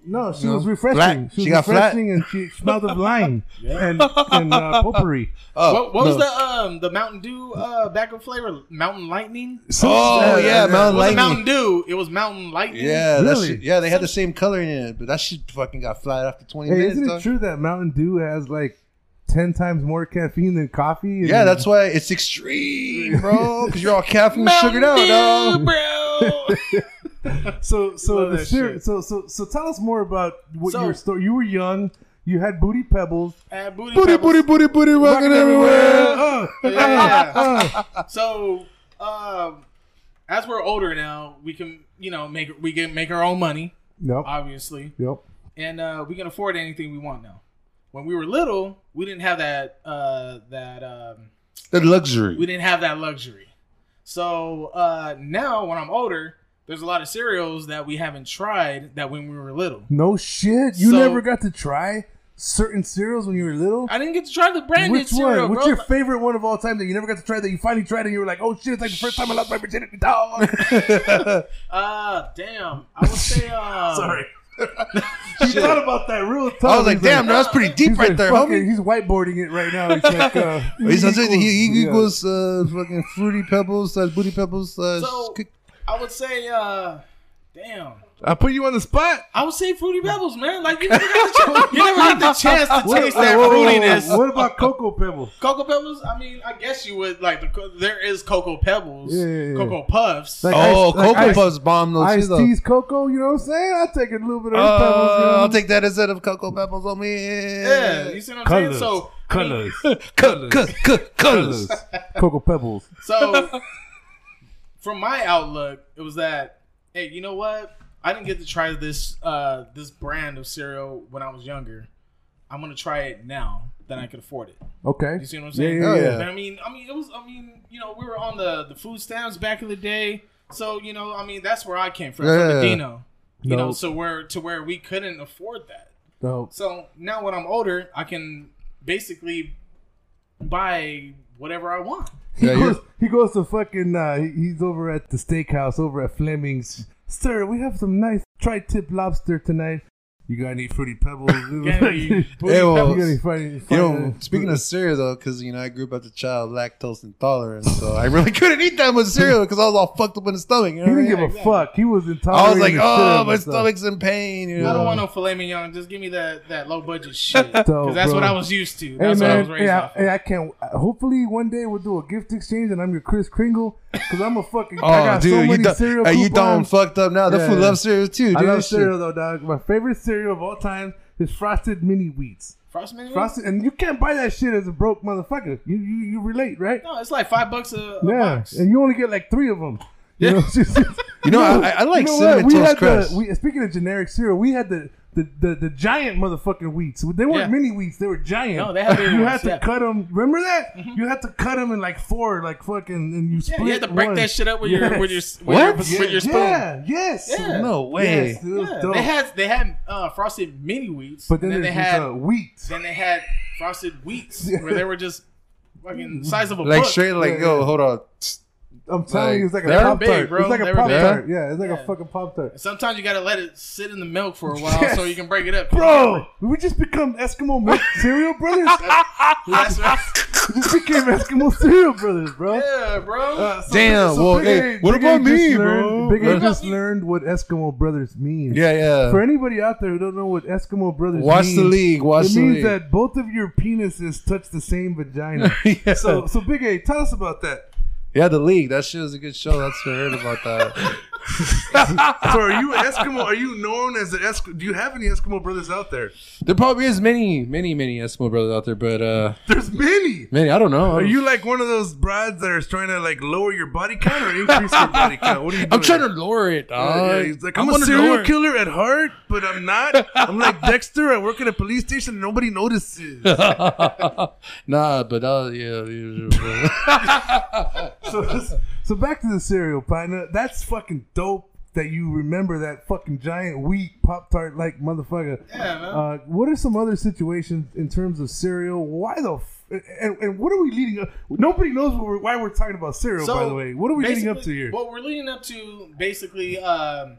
Speaker 3: no, she
Speaker 2: No.
Speaker 3: was refreshing.
Speaker 2: Flat.
Speaker 3: She was
Speaker 2: She got flat.
Speaker 3: refreshing, and she smelled of lime and and uh, potpourri.
Speaker 2: Oh,
Speaker 1: What, what was
Speaker 2: no.
Speaker 1: the um the Mountain Dew uh backup flavor? Mountain Lightning. It
Speaker 2: Oh yeah, Mountain
Speaker 1: wasn't
Speaker 2: Lightning.
Speaker 1: Mountain Dew. It was Mountain Lightning.
Speaker 2: Yeah, that's
Speaker 3: Really?
Speaker 2: yeah. They had the same coloring in it, but that shit fucking got flat after twenty
Speaker 3: Hey,
Speaker 2: minutes.
Speaker 3: isn't it
Speaker 2: dog.
Speaker 3: true that Mountain Dew has like ten times more caffeine than coffee?
Speaker 2: Yeah, that's why it's extreme, bro. Because you're all caffeine and
Speaker 1: Mountain
Speaker 2: sugared out,
Speaker 1: Dew,
Speaker 2: dog.
Speaker 1: bro.
Speaker 3: so. So
Speaker 1: Love
Speaker 3: the
Speaker 1: that
Speaker 3: ser-
Speaker 1: shit.
Speaker 3: so so so tell us more about what
Speaker 1: So-
Speaker 3: your story. You were young. You had booty pebbles.
Speaker 1: Add booty,
Speaker 2: Booty,
Speaker 1: pebbles.
Speaker 2: booty, booty, booty, rocking everywhere.
Speaker 3: Uh,
Speaker 2: ah,
Speaker 1: Yeah. so, um, as we're older now, we can you know make we can make our own money,
Speaker 3: Yep.
Speaker 1: obviously,
Speaker 3: Yep.
Speaker 1: and uh, we can afford anything we want now. When we were little, we didn't have that uh, that um,
Speaker 2: The luxury.
Speaker 1: we didn't have that luxury. So uh, now, when I'm older, there's a lot of cereals that we haven't tried that when we were little.
Speaker 3: No shit. You
Speaker 1: So-
Speaker 3: never got to try certain cereals when you were little.
Speaker 1: I didn't get to try the branded
Speaker 3: Which
Speaker 1: cereal,
Speaker 3: one? What's
Speaker 1: bro.
Speaker 3: your favorite one of all time that you never got to try that you finally tried and you were like, oh shit, it's like the first time I lost my virginity, dog.
Speaker 1: uh, damn. I would say. Uh,
Speaker 3: Sorry. He thought about that real tough.
Speaker 2: I was like,
Speaker 3: He's
Speaker 2: damn, that's pretty deep
Speaker 3: he's
Speaker 2: right
Speaker 3: like,
Speaker 2: there,
Speaker 3: fucking-
Speaker 2: homie.
Speaker 3: He's whiteboarding it right now. He's like, uh,
Speaker 2: He's he equals, he, he
Speaker 3: yeah.
Speaker 2: equals uh, fucking fruity pebbles slash booty pebbles slash.
Speaker 1: So-
Speaker 2: kick-
Speaker 1: I would say. Uh, damn.
Speaker 3: I put you on the spot.
Speaker 1: I would say fruity pebbles, man. Like you never got the, ch- you never got the chance to taste that fruitiness.
Speaker 3: What about cocoa pebble?
Speaker 1: Cocoa pebbles. I mean, I guess you would like. The, co- there is cocoa pebbles,
Speaker 3: Yeah, yeah, yeah.
Speaker 1: cocoa puffs.
Speaker 3: Like-
Speaker 2: oh,
Speaker 3: ice- like
Speaker 2: cocoa
Speaker 3: ice-
Speaker 2: puffs bomb those too,
Speaker 3: Iced
Speaker 2: though.
Speaker 3: tea's cocoa. You know what I'm saying? I'll take a little bit of
Speaker 2: Uh,
Speaker 3: pebbles. You know?
Speaker 2: I'll take that instead of cocoa pebbles on me.
Speaker 1: yeah, you see what I'm saying? So,
Speaker 3: colors,
Speaker 2: colors.
Speaker 3: cocoa pebbles.
Speaker 1: so from my outlook, it was that hey, you know what? I didn't get to try this uh, this brand of cereal when I was younger. I'm gonna try it now that I could afford it.
Speaker 3: Okay.
Speaker 1: You see what I'm saying?
Speaker 3: Yeah,
Speaker 2: yeah, yeah.
Speaker 1: And I mean, I mean, it was. I mean, you know, we were on the the food stamps back in the day, so you know, I mean, that's where I came from, from
Speaker 2: Yeah.
Speaker 1: the Dino. You know,
Speaker 3: Nope.
Speaker 1: so where to where we couldn't afford that.
Speaker 3: Dope.
Speaker 1: So now when I'm older, I can basically buy whatever I want.
Speaker 3: He
Speaker 2: Yeah,
Speaker 3: goes.
Speaker 2: you're-
Speaker 3: He goes to fucking. Uh, he- he's over at the steakhouse over at Fleming's. Sir, we have some nice tri-tip lobster tonight. You got any fruity pebbles?
Speaker 1: You got any booty
Speaker 2: Hey, well,
Speaker 1: pebbles?
Speaker 3: You got any funny-
Speaker 2: You
Speaker 3: funny-
Speaker 2: know, speaking of cereal though, because you know I grew up as a child lactose intolerant, so I really couldn't eat that much cereal because I was all fucked up in the stomach. You know
Speaker 3: he
Speaker 2: what I
Speaker 3: didn't
Speaker 2: mean?
Speaker 3: give a fuck. He was intolerant.
Speaker 2: I was like,
Speaker 3: to
Speaker 2: oh,
Speaker 3: syrup
Speaker 2: my
Speaker 3: and stuff."
Speaker 2: stomach's in pain. You know?
Speaker 1: I don't want no filet mignon. Just give me that that low budget shit
Speaker 3: Dope,
Speaker 1: because that's what
Speaker 3: bro.
Speaker 1: I was used to.
Speaker 3: Hey
Speaker 1: That's what I was
Speaker 3: man,
Speaker 1: raised
Speaker 3: hey, I,
Speaker 1: off. of.
Speaker 3: hey, I can't. Hopefully, one day we'll do a gift exchange, and I'm your Chris Kringle because I'm a fucking. I got so many
Speaker 2: Oh, you done,
Speaker 3: cereal
Speaker 2: hey, you done
Speaker 3: coupons.
Speaker 2: fucked up now. The
Speaker 3: Yeah.
Speaker 2: food loves cereal too, dude.
Speaker 3: I love
Speaker 2: This shit-
Speaker 3: cereal though, dog. My favorite cereal of all time is Frosted Mini Wheats.
Speaker 1: Frosted Mini Wheats?
Speaker 3: Frosted, and you can't buy that shit as a broke motherfucker. You you, you relate, right?
Speaker 1: No, it's like five bucks a, a
Speaker 3: yeah,
Speaker 1: box.
Speaker 3: and you only get like three of them. You know,
Speaker 2: You know, I- I- I like Cinnamon
Speaker 3: We
Speaker 2: Toast
Speaker 3: had
Speaker 2: Crunch.
Speaker 3: the we, speaking of generic cereal, we had the. The, the, the giant motherfucking wheats. They weren't
Speaker 1: Yeah.
Speaker 3: mini wheats. They were giant.
Speaker 1: No, they had big
Speaker 3: you
Speaker 1: ones,
Speaker 3: had to
Speaker 1: yeah.
Speaker 3: cut them. Remember that? You had to cut them in like four, like fucking, and you split.
Speaker 1: Yeah, you had to break
Speaker 3: one.
Speaker 1: that shit up with your with your with,
Speaker 2: What?
Speaker 1: your, with your spoon.
Speaker 3: Yeah. Yes.
Speaker 1: Yeah.
Speaker 2: No way.
Speaker 3: Yes, it was
Speaker 1: Yeah,
Speaker 3: dope.
Speaker 1: they had they had uh, frosted mini wheats,
Speaker 3: But then,
Speaker 1: and
Speaker 3: there's
Speaker 1: they had
Speaker 3: this, uh, wheat.
Speaker 1: then they had frosted wheats where they were just fucking size of a
Speaker 2: Like
Speaker 1: book.
Speaker 2: straight, like
Speaker 3: Yeah,
Speaker 2: yo,
Speaker 3: yeah.
Speaker 2: hold on.
Speaker 3: I'm telling you, it's like
Speaker 2: Like, they
Speaker 3: a
Speaker 2: were
Speaker 3: pop
Speaker 1: big,
Speaker 3: tart.
Speaker 1: bro.
Speaker 3: It's like
Speaker 1: They
Speaker 3: a
Speaker 1: were
Speaker 3: pop
Speaker 2: big.
Speaker 3: tart. Yeah, it's like a
Speaker 1: Yeah.
Speaker 3: fucking pop tart.
Speaker 1: Sometimes you gotta let it sit in the milk for a while so you can break it up,
Speaker 3: Bro, we just become Eskimo milk cereal brothers.
Speaker 1: That's right.
Speaker 3: we just became Eskimo cereal brothers, bro.
Speaker 1: yeah, bro.
Speaker 3: Uh, so-
Speaker 2: Damn, well,
Speaker 3: Big
Speaker 2: hey,
Speaker 3: A-
Speaker 2: what
Speaker 3: Big
Speaker 2: about
Speaker 3: A just
Speaker 2: me,
Speaker 3: learned-
Speaker 2: bro?
Speaker 3: Big
Speaker 2: What
Speaker 3: A
Speaker 1: about
Speaker 3: just
Speaker 1: me?
Speaker 3: learned what Eskimo brothers means.
Speaker 2: Yeah, yeah.
Speaker 3: For anybody out there who don't know what Eskimo brothers
Speaker 2: Watch
Speaker 3: mean,
Speaker 2: the league. Watch
Speaker 3: it
Speaker 2: the
Speaker 3: means
Speaker 2: league.
Speaker 3: that both of your penises touch the same vagina.
Speaker 2: Yeah.
Speaker 3: So, so Big A, tell us about that.
Speaker 2: yeah, the league. That shit was a good show. That's what I heard about that.
Speaker 4: so are you Eskimo? Are you known as an Eskimo? Do you have any Eskimo brothers out there?
Speaker 2: There probably is many, many, many Eskimo brothers out there, but uh,
Speaker 4: There's many.
Speaker 2: many I don't know.
Speaker 4: Are you like one of those brides that are trying to like lower your body count or increase your body count? What are you doing?
Speaker 2: I'm trying to lower it.
Speaker 4: Uh, yeah,
Speaker 2: dog.
Speaker 4: he's like, I'm,
Speaker 2: wanna
Speaker 4: a serial
Speaker 2: lower it.
Speaker 4: killer at heart, but I'm not. I'm like Dexter. I work at a police station. and Nobody notices.
Speaker 2: nah, but uh, yeah, yeah.
Speaker 3: So back to the cereal, partner. That's fucking dope that you remember that fucking giant wheat Pop Tart like motherfucker.
Speaker 1: Yeah, man.
Speaker 3: Uh, what are some other situations in terms of cereal? Why the f- and, and what are we leading up? Nobody knows what we're, why we're talking about cereal. by the way, what are we leading up to
Speaker 1: basically,
Speaker 3: here?
Speaker 1: What we're leading up to, basically, um,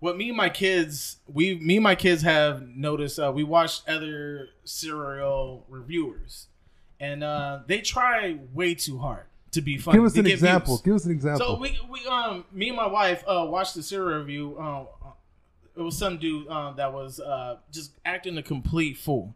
Speaker 1: what me and my kids, we, me and my kids have noticed. Uh, we watched other cereal reviewers, and uh, they try way too hard to be funny.
Speaker 3: Give us
Speaker 1: to
Speaker 3: an
Speaker 1: get
Speaker 3: example.
Speaker 1: views.
Speaker 3: Give us an example.
Speaker 1: So we, we um me and my wife uh watched the serial review. Um, it was some dude um that was uh just acting a complete fool.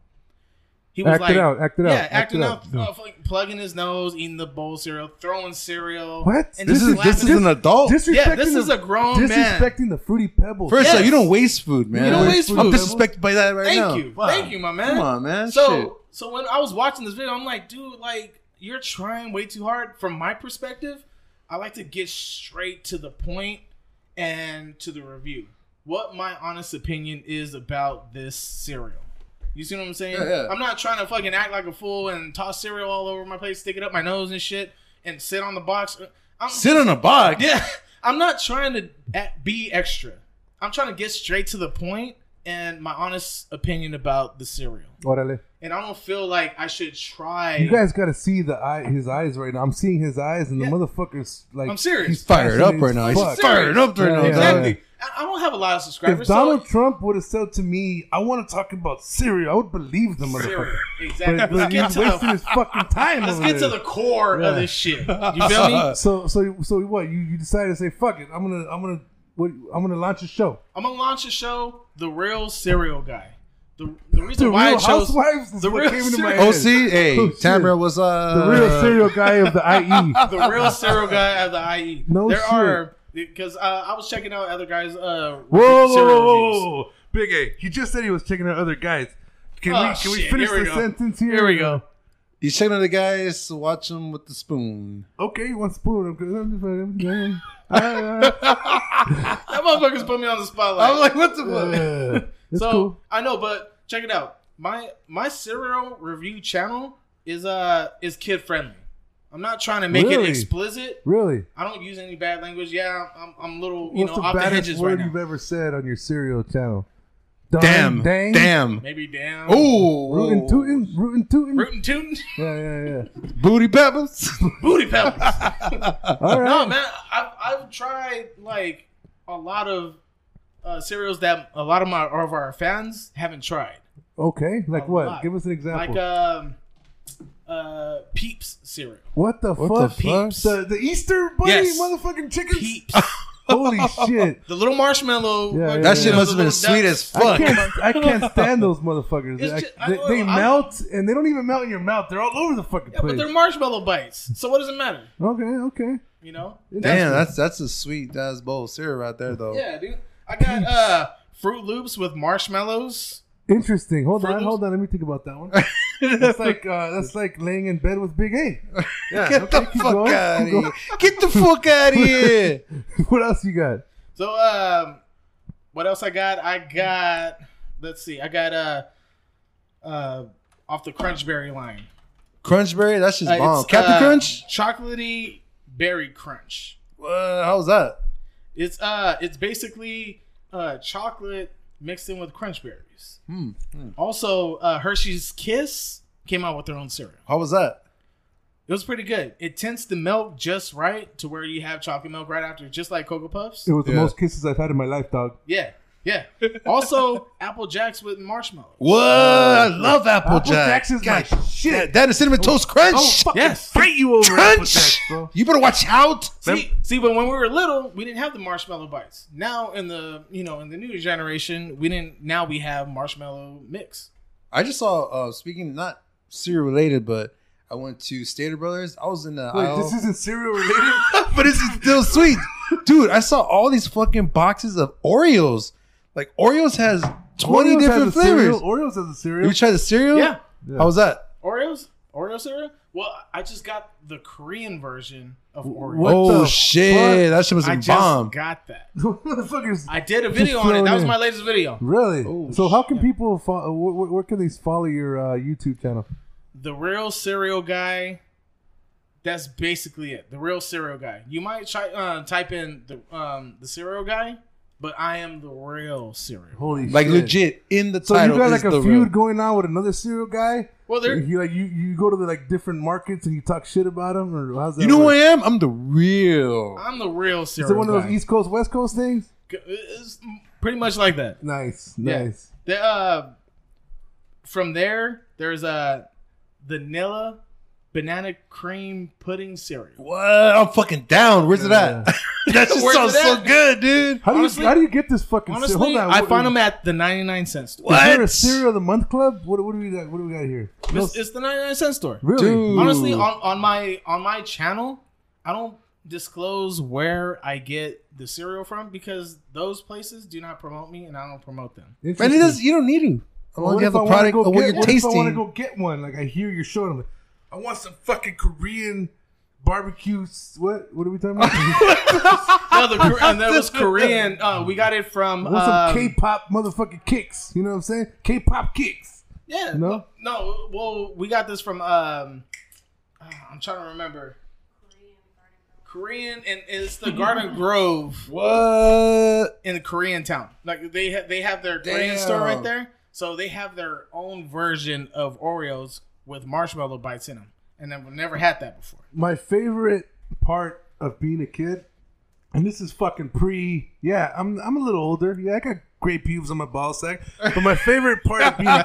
Speaker 1: He
Speaker 3: Act it out, act it out,
Speaker 1: Yeah,
Speaker 3: act
Speaker 1: acting
Speaker 3: it
Speaker 1: out,
Speaker 3: out.
Speaker 1: uh, like plugging his nose, eating the bowl of cereal, throwing cereal.
Speaker 3: What?
Speaker 1: and
Speaker 2: this
Speaker 1: just
Speaker 2: is
Speaker 1: laughing.
Speaker 2: this is an adult.
Speaker 3: disrespecting
Speaker 1: Yeah, this is
Speaker 3: the-
Speaker 1: a grown man.
Speaker 3: disrespecting the fruity pebbles.
Speaker 2: First
Speaker 1: Yes.
Speaker 2: off, you don't waste food, man.
Speaker 1: You don't waste
Speaker 2: I'm
Speaker 1: food.
Speaker 2: disrespected by that right
Speaker 1: Thank
Speaker 2: now.
Speaker 1: you,
Speaker 2: Wow.
Speaker 1: thank you, my man.
Speaker 2: Come on, man.
Speaker 1: So,
Speaker 2: Shit.
Speaker 1: so when I was watching this video, I'm like, dude, like you're trying way too hard. From my perspective, I like to get straight to the point and to the review. What my honest opinion is about this cereal. You see what I'm saying?
Speaker 2: Yeah, yeah.
Speaker 1: I'm not trying to fucking act like a fool and toss cereal all over my place, stick it up my nose and shit, and sit on the box. I'm,
Speaker 2: Sit on a box.
Speaker 1: yeah, I'm not trying to act- be extra. I'm trying to get straight to the point and my honest opinion about the cereal.
Speaker 3: Órale.
Speaker 1: And I don't feel like I should try.
Speaker 3: You guys got to see the eye, his eyes right now. I'm seeing his eyes, and the motherfuckers like
Speaker 1: I'm serious.
Speaker 3: he's
Speaker 2: Fired up right now.
Speaker 3: fascinated
Speaker 2: He's
Speaker 3: as fuck.
Speaker 2: fired up right now.
Speaker 3: Yeah,
Speaker 2: dog.
Speaker 1: exactly. I I don't have a lot of subscribers.
Speaker 3: If
Speaker 1: so-
Speaker 3: Donald Trump would have said to me, "I want to talk about Syria," I would believe the
Speaker 1: cereal.
Speaker 3: motherfucker.
Speaker 1: Exactly.
Speaker 3: But, but
Speaker 1: Let's get
Speaker 3: he's
Speaker 1: to the-
Speaker 3: wasting his fucking time.
Speaker 1: Let's
Speaker 3: over
Speaker 1: get to
Speaker 3: there.
Speaker 1: the core
Speaker 3: Yeah.
Speaker 1: of this shit. You feel me?
Speaker 3: So so so what? You you decided to say, "Fuck it, I'm gonna I'm gonna what, I'm gonna launch a show."
Speaker 1: I'm gonna launch a show, The Real Cereal Guy. The, the reason
Speaker 3: The
Speaker 1: why
Speaker 3: Real
Speaker 1: I chose
Speaker 3: Housewives is
Speaker 1: the
Speaker 3: what
Speaker 1: real
Speaker 3: came into my
Speaker 1: cereal-
Speaker 3: head.
Speaker 2: OC, hey,
Speaker 3: Oh, shit.
Speaker 2: Tamara was uh,
Speaker 3: The real serial guy of the E. IE.
Speaker 1: the real cereal guy at the IE.
Speaker 3: No
Speaker 1: there
Speaker 3: shit.
Speaker 1: are because uh, I was checking out other guys. Uh,
Speaker 4: Whoa, whoa,
Speaker 1: cereal
Speaker 4: whoa, whoa,
Speaker 1: reviews.
Speaker 4: whoa, whoa. Big A. He just said he was checking out other guys. Can
Speaker 1: Oh,
Speaker 4: we can we
Speaker 1: shit.
Speaker 4: finish
Speaker 1: Here we
Speaker 4: the
Speaker 1: go.
Speaker 4: sentence here?
Speaker 1: Here we go.
Speaker 2: He's checking on the guys to watch them with the spoon.
Speaker 3: Okay, one spoon. I'm good. I'm just like, I'm good. Ah, ah,
Speaker 1: That motherfucker's put me on the spotlight.
Speaker 2: I'm like, what the
Speaker 3: ah.
Speaker 2: fuck?
Speaker 3: It's
Speaker 1: so
Speaker 3: cool.
Speaker 1: I know, but check it out. My my cereal review channel is uh is kid friendly. I'm not trying to make
Speaker 3: Really?
Speaker 1: it explicit.
Speaker 3: Really?
Speaker 1: I don't use any bad language. Yeah, I'm I'm a little you
Speaker 3: What's
Speaker 1: know
Speaker 3: the
Speaker 1: off the
Speaker 3: baddest
Speaker 1: hinges right
Speaker 3: word
Speaker 1: now.
Speaker 3: you've ever said on your cereal channel? Darn,
Speaker 2: Damn,
Speaker 3: Dang.
Speaker 2: damn.
Speaker 1: Maybe damn.
Speaker 2: Oh,
Speaker 3: Rootin' tootin'. Rootin' tootin'.
Speaker 1: Rootin' tootin',
Speaker 3: Yeah, yeah,
Speaker 2: booty peppers.
Speaker 1: booty pebbles.
Speaker 3: yeah. All right.
Speaker 1: No, man, I've, I've tried like a lot of uh, cereals that a lot of my of our fans haven't tried,
Speaker 3: Okay. Like
Speaker 1: A
Speaker 3: what?
Speaker 1: lot.
Speaker 3: Give us an example.
Speaker 1: like um, uh, Peeps cereal.
Speaker 3: what the
Speaker 2: what
Speaker 3: fuck?
Speaker 2: the fuck?
Speaker 1: Peeps.
Speaker 3: The, the Easter bunny
Speaker 1: Yes.
Speaker 3: motherfucking chickens?
Speaker 1: Peeps,
Speaker 3: Holy shit.
Speaker 1: the little marshmallow.
Speaker 3: Yeah, yeah,
Speaker 2: That
Speaker 3: yeah.
Speaker 2: shit must have been
Speaker 1: Little
Speaker 2: sweet
Speaker 1: duck.
Speaker 2: as
Speaker 3: I
Speaker 2: fuck.
Speaker 3: can't, I can't stand those motherfuckers.
Speaker 1: It's
Speaker 3: I-
Speaker 1: just- I
Speaker 3: they
Speaker 1: don't
Speaker 3: they
Speaker 1: know, I-
Speaker 3: melt, and they don't even melt in your mouth. They're all over the fucking
Speaker 1: Yeah, but
Speaker 3: place.
Speaker 1: they're marshmallow bites. So what does it matter?
Speaker 3: Okay, okay.
Speaker 1: You know?
Speaker 2: Damn, that's that's a sweet that's bowl of cereal right there, though.
Speaker 1: Yeah, dude. I got uh, Fruit Loops with marshmallows.
Speaker 3: Interesting. Hold
Speaker 1: Fruit
Speaker 3: on,
Speaker 1: Loops?
Speaker 3: hold on. Let me think about that one. that's like uh, that's like laying in bed with Big A.
Speaker 2: Get the
Speaker 3: keep
Speaker 2: fuck
Speaker 3: going,
Speaker 2: out of
Speaker 3: keep
Speaker 2: here! Get the fuck out of here!
Speaker 3: what else you got?
Speaker 1: So um, what else I got? I got. Let's see. I got uh, uh, off the Crunchberry line.
Speaker 2: Crunchberry, that's just
Speaker 1: Uh,
Speaker 2: bomb.
Speaker 1: it's,
Speaker 2: Captain
Speaker 1: uh,
Speaker 2: Crunch,
Speaker 1: chocolatey berry crunch.
Speaker 2: uh, how's that?
Speaker 1: It's uh, it's basically uh, chocolate mixed in with crunch berries.
Speaker 2: Hmm.
Speaker 1: Also, uh, Hershey's Kiss came out with their own cereal.
Speaker 2: How was that?
Speaker 1: It was pretty good. It tints the milk just right to where you have chocolate milk right after, just like Cocoa Puffs.
Speaker 3: It was the
Speaker 2: Yeah.
Speaker 3: most kisses I've had in my life, dog.
Speaker 1: Yeah, yeah. Also, Apple Jacks with marshmallow.
Speaker 2: What? I love Apple,
Speaker 3: Apple Jacks is my shit. oh,
Speaker 2: That, that is cinnamon toast crunch.
Speaker 1: Yes.
Speaker 4: Fight you over Apple Jacks,
Speaker 2: crunch.
Speaker 4: bro.
Speaker 2: You better watch out.
Speaker 1: See, see, but when we were little, we didn't have the marshmallow bites. Now in the you know in the new generation, we didn't. Now we have marshmallow mix.
Speaker 2: I just saw. uh Speaking not cereal related, but I went to Stater Brothers. I was in the
Speaker 3: Wait,
Speaker 2: aisle.
Speaker 3: this isn't cereal related.
Speaker 2: but it's still sweet. dude, I saw all these fucking boxes of Oreos. Like Oreos has twenty
Speaker 5: Oreos
Speaker 2: different
Speaker 5: has a cereal. Oreos
Speaker 2: flavors.
Speaker 5: has a
Speaker 2: Did
Speaker 5: cereal.
Speaker 2: we try the cereal?
Speaker 1: Yeah.
Speaker 2: How was that?
Speaker 1: Oreos? Oreo cereal? Well, I just got the Korean version of Oreos.
Speaker 5: What
Speaker 2: oh
Speaker 5: the
Speaker 2: shit,
Speaker 5: fuck?
Speaker 2: that shit was a
Speaker 1: I just
Speaker 2: bomb.
Speaker 1: got that.
Speaker 5: Motherfuckers.
Speaker 1: I did a video on
Speaker 5: throw
Speaker 1: it.
Speaker 5: it
Speaker 1: That was
Speaker 5: in.
Speaker 1: my latest video.
Speaker 5: Really?
Speaker 1: Oh,
Speaker 5: so how can people follow? Where, where, where can they follow your uh, YouTube channel?
Speaker 1: The real cereal guy. That's basically it. The real cereal guy. You might try uh, type in the um, the cereal guy, but I am the real cereal.
Speaker 5: Holy
Speaker 2: like
Speaker 5: shit.
Speaker 2: legit in the
Speaker 5: So
Speaker 2: title.
Speaker 5: you got
Speaker 2: is
Speaker 5: like
Speaker 2: the
Speaker 5: a feud
Speaker 2: real-
Speaker 5: going on with another cereal guy.
Speaker 1: Well, there.
Speaker 5: You like you, you go to the like different markets and you talk shit about him, or how's that?
Speaker 2: You know who I
Speaker 5: work?
Speaker 2: am? I'm the real.
Speaker 1: I'm the real
Speaker 5: Is it
Speaker 1: cereal
Speaker 5: one of
Speaker 1: guy.
Speaker 5: those East Coast West Coast things?
Speaker 1: It's pretty much like that.
Speaker 5: Nice,
Speaker 1: Yeah.
Speaker 5: nice.
Speaker 1: The, uh, from there, there's a vanilla banana cream pudding cereal.
Speaker 2: What? I'm fucking down. Where's it at? that just
Speaker 1: Where's
Speaker 2: sounds
Speaker 1: it
Speaker 2: so
Speaker 1: at?
Speaker 2: good, dude.
Speaker 5: How do
Speaker 1: Honestly-
Speaker 5: you how do you get this fucking? cere-
Speaker 1: Honestly,
Speaker 5: Hold on,
Speaker 1: I
Speaker 5: what-
Speaker 1: find them at the 99 cent store.
Speaker 2: What?
Speaker 5: Is there a cereal of the month club? What, what do we got? What do we got here? No-
Speaker 1: It's, it's the 99 cent store.
Speaker 5: really?
Speaker 2: Dude.
Speaker 1: Honestly, on, on my on my channel, I don't disclose where I get the cereal from because those places do not promote me and I don't promote them.
Speaker 2: And it does. You don't need to. As long as
Speaker 5: What
Speaker 2: you
Speaker 5: if
Speaker 2: have
Speaker 5: I
Speaker 2: the
Speaker 5: want to
Speaker 2: product
Speaker 5: go
Speaker 2: or
Speaker 5: get?
Speaker 2: what you're
Speaker 5: What if I want to
Speaker 2: tasting.
Speaker 5: go get one? Like I hear you're showing them. I want some fucking Korean barbecue. s- What? What are we talking about? I
Speaker 1: No, the, Kor- and that was Korean. Uh, we got it from
Speaker 5: want some
Speaker 1: um,
Speaker 5: K-pop motherfucking kicks. You know what I'm saying? K-pop kicks.
Speaker 1: Yeah.
Speaker 5: No?
Speaker 1: No. No. Well, we got this from. um ah, I'm trying to remember. Korean and it's the Garden Grove
Speaker 2: What?
Speaker 1: in Korean town. Like they ha- they have their Korean store
Speaker 2: Damn.
Speaker 1: right there, so they have their own version of Oreos with marshmallow bites in them, and then we never had that before.
Speaker 5: My favorite part of being a kid, and this is fucking pre. Yeah, I'm I'm a little older. Yeah, I got great pubes on my ball sack.
Speaker 3: But my favorite part of being a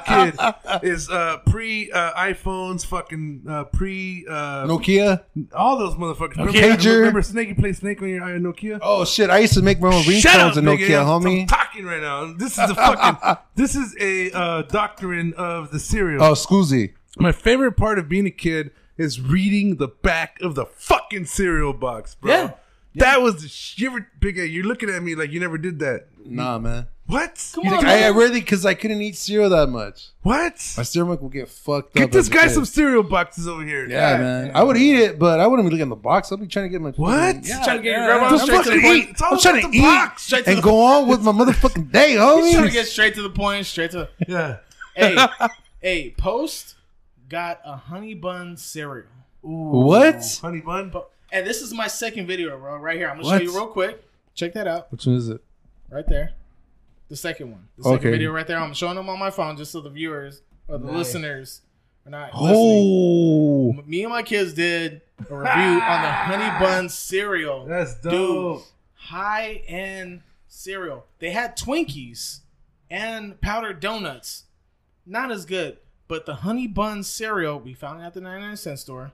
Speaker 3: kid is uh, pre uh, iPhones, fucking uh, pre uh,
Speaker 2: Nokia?
Speaker 3: all those motherfuckers. Remember,
Speaker 2: Pager.
Speaker 3: remember Snake? You play Snake on your uh, Nokia.
Speaker 2: Oh shit! I used to make my own ringtones in
Speaker 3: nigga.
Speaker 2: Nokia,
Speaker 3: I'm- I'm
Speaker 2: homie.
Speaker 3: talking right now. This is the fucking. this is a uh, doctrine of the cereal.
Speaker 2: Oh, scoozy.
Speaker 3: My favorite part of being a kid is reading the back of the fucking cereal box, bro.
Speaker 1: Yeah.
Speaker 3: That was the sh- you ever big A, you're looking at me like you never did that.
Speaker 2: Nah, man.
Speaker 3: What?
Speaker 1: Come
Speaker 3: You
Speaker 1: on,
Speaker 3: think-
Speaker 2: I, I
Speaker 1: man.
Speaker 2: really because I couldn't eat cereal that much.
Speaker 3: What?
Speaker 2: My stomach would get fucked up.
Speaker 3: Get this
Speaker 2: as a
Speaker 3: guy
Speaker 2: kid.
Speaker 3: some cereal boxes over here.
Speaker 2: Yeah, man. I would eat it, but I wouldn't be looking at the box. I'd be trying to get my
Speaker 3: What?
Speaker 2: Yeah,
Speaker 1: Trying to get your
Speaker 2: yeah.
Speaker 1: grandma
Speaker 2: Just
Speaker 1: straight to
Speaker 2: fucking
Speaker 1: the point.
Speaker 2: eat.
Speaker 3: It's all
Speaker 2: I'm trying
Speaker 3: about
Speaker 2: to
Speaker 3: the box.
Speaker 2: eat
Speaker 1: Straight to
Speaker 2: and
Speaker 1: the-
Speaker 2: go on with my motherfucking day,
Speaker 1: Trying to get
Speaker 2: homie.
Speaker 1: straight to the point, straight to.
Speaker 3: Yeah.
Speaker 1: hey, hey, post got a honey bun cereal.
Speaker 2: What?
Speaker 3: Honey bun.
Speaker 1: But and this is my second video, bro, right here. I'm gonna
Speaker 2: What?
Speaker 1: show you real quick. Check that out.
Speaker 2: Which one is it?
Speaker 1: Right there. The second one. The second
Speaker 2: Okay.
Speaker 1: video right there. I'm showing them on my phone just so the viewers or the listeners are not listening.
Speaker 2: Oh,
Speaker 1: Me and my kids did a review on the honey bun cereal.
Speaker 5: That's
Speaker 1: Dude,
Speaker 5: dope.
Speaker 1: high end cereal. They had Twinkies and powdered donuts. Not as good, but the honey bun cereal we found it at the 99 cent store.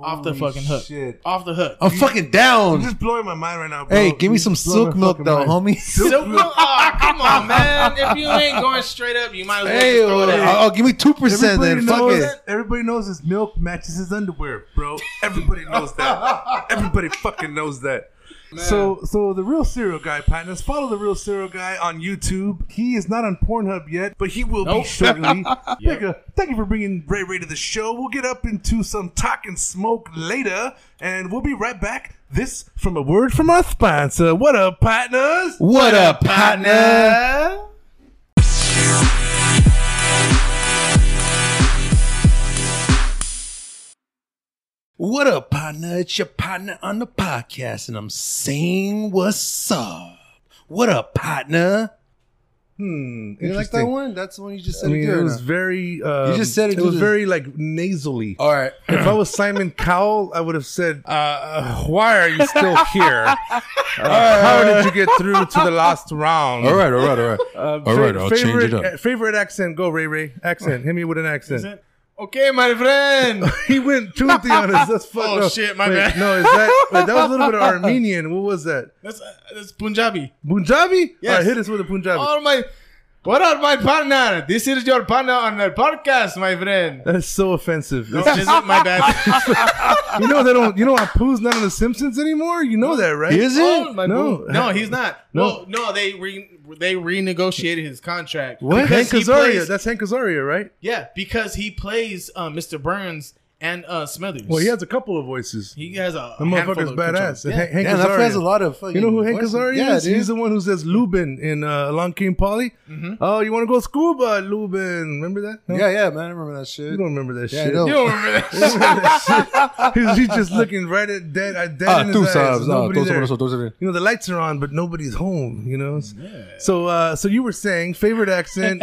Speaker 1: off the
Speaker 5: Holy
Speaker 1: fucking hook.
Speaker 5: shit.
Speaker 1: Off the hook.
Speaker 2: I'm fucking
Speaker 3: I'm
Speaker 2: down.
Speaker 3: just blowing my mind right now, bro.
Speaker 2: Hey, give me some
Speaker 5: you blow my
Speaker 2: silk milk
Speaker 5: fucking
Speaker 2: though,
Speaker 5: mind.
Speaker 2: homie.
Speaker 1: Silk milk? Aw, Ah, come on, man. If you ain't going straight up, you might as well
Speaker 2: Hey,
Speaker 1: just throw it out.
Speaker 2: oh, oh, give me two percent
Speaker 5: Everybody
Speaker 2: then. Fuck
Speaker 5: knows,
Speaker 2: it.
Speaker 5: everybody knows his milk matches his underwear.
Speaker 3: bro. Everybody knows that. Everybody fucking knows that.
Speaker 5: So, so the real cereal guy, Patness, follow the real cereal guy on YouTube. He is not on Pornhub yet, but
Speaker 3: But he will
Speaker 1: Nope.
Speaker 3: be shortly.
Speaker 1: Yep.
Speaker 3: Nigga, thank you for bringing Ray Ray to the show. We'll get up into some talk and smoke later, and we'll be right back. This from a word from our sponsor. What up, partners?
Speaker 2: What up, partner?
Speaker 1: Uh,
Speaker 2: What up, partner? It's your partner on the podcast, and I'm saying what's up. What up, partner?
Speaker 3: Hmm.
Speaker 2: You like that one? That's the one you just
Speaker 3: I
Speaker 2: said.
Speaker 3: mean,
Speaker 2: again,
Speaker 3: it was
Speaker 2: huh?
Speaker 3: very. Um,
Speaker 2: You just said it
Speaker 3: It was
Speaker 2: was-
Speaker 3: very like nasally.
Speaker 2: All right.
Speaker 3: if I was Simon Cowell, I would have said, uh, uh, "Why are you still here? Uh, how did you get through to the last round?"
Speaker 2: All right, all right, all right.
Speaker 3: Uh,
Speaker 2: All right, I'll change
Speaker 3: favorite,
Speaker 2: it up.
Speaker 3: uh, Favorite accent? Go, Ray Ray. Accent. Hit me with an accent.
Speaker 1: Okay, my friend.
Speaker 3: He went toothy on us. That's fucked
Speaker 1: Oh,
Speaker 3: up.
Speaker 1: shit, my
Speaker 3: Wait,
Speaker 1: bad.
Speaker 3: No, is that wait, that was a little bit of Armenian? What was that?
Speaker 1: That's, uh, that's Punjabi.
Speaker 3: Punjabi?
Speaker 1: Yes.
Speaker 3: All right, hit us with a Punjabi.
Speaker 1: All my What up, my partner? This is your partner on the podcast, my friend.
Speaker 3: That's so offensive.
Speaker 1: No, this is my bad.
Speaker 3: you know they don't. You know I poo's not on the Simpsons anymore. You know that, right?
Speaker 2: Is
Speaker 1: Oh,
Speaker 2: it?
Speaker 1: my
Speaker 3: No.
Speaker 1: boo- no, he's not.
Speaker 3: No.
Speaker 1: No, no, they re, they renegotiated his contract.
Speaker 3: What? Hank
Speaker 1: Because he
Speaker 3: Azaria.
Speaker 1: plays-
Speaker 3: That's Hank Azaria, right?
Speaker 1: yeah, because he plays uh, Mr. Burns and uh, Smithers.
Speaker 3: Well, he has a couple of voices.
Speaker 1: he has a
Speaker 3: The
Speaker 1: handful
Speaker 3: motherfucker's
Speaker 1: of
Speaker 3: badass.
Speaker 1: controls. Yeah.
Speaker 3: Hank, Hank
Speaker 2: Damn, that
Speaker 3: Azaria.
Speaker 2: fool has a lot of fucking.
Speaker 3: You know who Hank
Speaker 2: voices.
Speaker 3: Azaria
Speaker 2: Yeah,
Speaker 3: is? He's the
Speaker 2: dude. Mm-hmm.
Speaker 3: one who says Lubin in uh, Along Came Polly. Oh, you want to go scuba, Lubin? Remember that? No?
Speaker 2: Yeah, yeah, man. I remember that shit.
Speaker 3: You don't remember that
Speaker 2: Yeah, I Ah,
Speaker 3: shit.
Speaker 2: don't.
Speaker 1: You don't remember that?
Speaker 3: he's, he's just looking right at dead, at
Speaker 2: Ah,
Speaker 3: dead in his eyes. Nobody there. You know the lights are on, but nobody's home. You
Speaker 2: Mm,
Speaker 3: know. So, uh, so you were saying favorite accent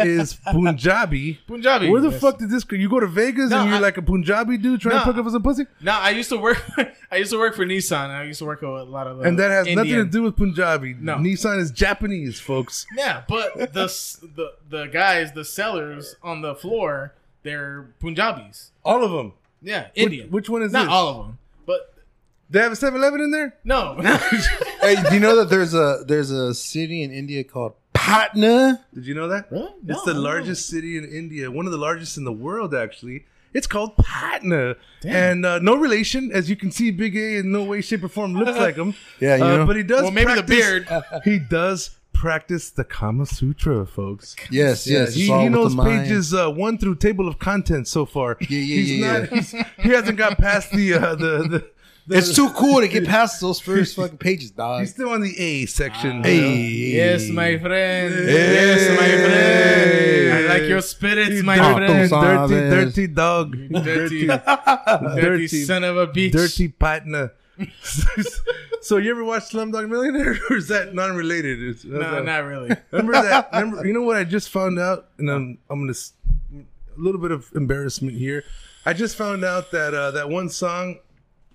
Speaker 3: is Punjabi.
Speaker 1: Punjabi,
Speaker 3: Where the
Speaker 1: yes.
Speaker 3: fuck did this? You go to Vegas
Speaker 1: No,
Speaker 3: and you're
Speaker 1: I-
Speaker 3: like a Punjabi dude trying to
Speaker 1: No.
Speaker 3: pick up some pussy,
Speaker 1: No, I used to work. I used to work for Nissan. and I used to work with a lot of. uh,
Speaker 3: and that has nothing to
Speaker 1: Indian-
Speaker 3: do with Punjabi.
Speaker 1: No.
Speaker 3: Nissan is Japanese, folks.
Speaker 1: Yeah, but the s- the the guys, the sellers on the floor, they're Punjabis.
Speaker 3: All of them.
Speaker 1: Yeah, Indian.
Speaker 3: which one is
Speaker 1: not
Speaker 3: this?
Speaker 1: all of them? But
Speaker 3: They have a 7-Eleven in there.
Speaker 1: no,
Speaker 2: Hey, do you know that there's a there's a city in India called Patna?
Speaker 3: Did you know that?
Speaker 1: Really? No,
Speaker 3: it's the
Speaker 1: I don't know.
Speaker 3: largest city in India, one of the largest in the world, actually. It's called Patna, and uh, no relation, as you can see. Big A in no way, shape, or form looks like him.
Speaker 2: Yeah, you
Speaker 3: Uh,
Speaker 2: know.
Speaker 3: but he does.
Speaker 1: Well, maybe the
Speaker 3: practice-
Speaker 1: beard.
Speaker 3: he does practice the Kama Sutra, folks.
Speaker 2: Yes, yes. it's
Speaker 3: he,
Speaker 2: all
Speaker 3: he
Speaker 2: with the
Speaker 3: knows
Speaker 2: mind.
Speaker 3: pages uh, one through table of contents so far.
Speaker 2: Yeah, yeah,
Speaker 3: he's
Speaker 2: yeah,
Speaker 3: Not,
Speaker 2: yeah.
Speaker 3: he's, he hasn't got past the uh, the. the, the
Speaker 2: It's too cool to get past those first fucking pages, dog.
Speaker 3: He's still on the A section. you know?
Speaker 2: Hey,
Speaker 1: yes, my friend. Yes, my friend. I like your spirits, my
Speaker 2: Don't-
Speaker 3: Dirty,
Speaker 1: friend.
Speaker 2: don't- son of
Speaker 3: dirty,
Speaker 2: a-
Speaker 3: dirty dog.
Speaker 1: Dirty, dirty
Speaker 3: dirty,
Speaker 1: son of a bitch.
Speaker 3: dirty partner. so you ever watched Slumdog Millionaire, or is that non-related? It's-
Speaker 1: No,
Speaker 3: uh,
Speaker 1: not really.
Speaker 3: Remember that? Remember, you know what I just found out, and I'm I'm gonna s- a little bit of embarrassment here. I just found out that uh, that one song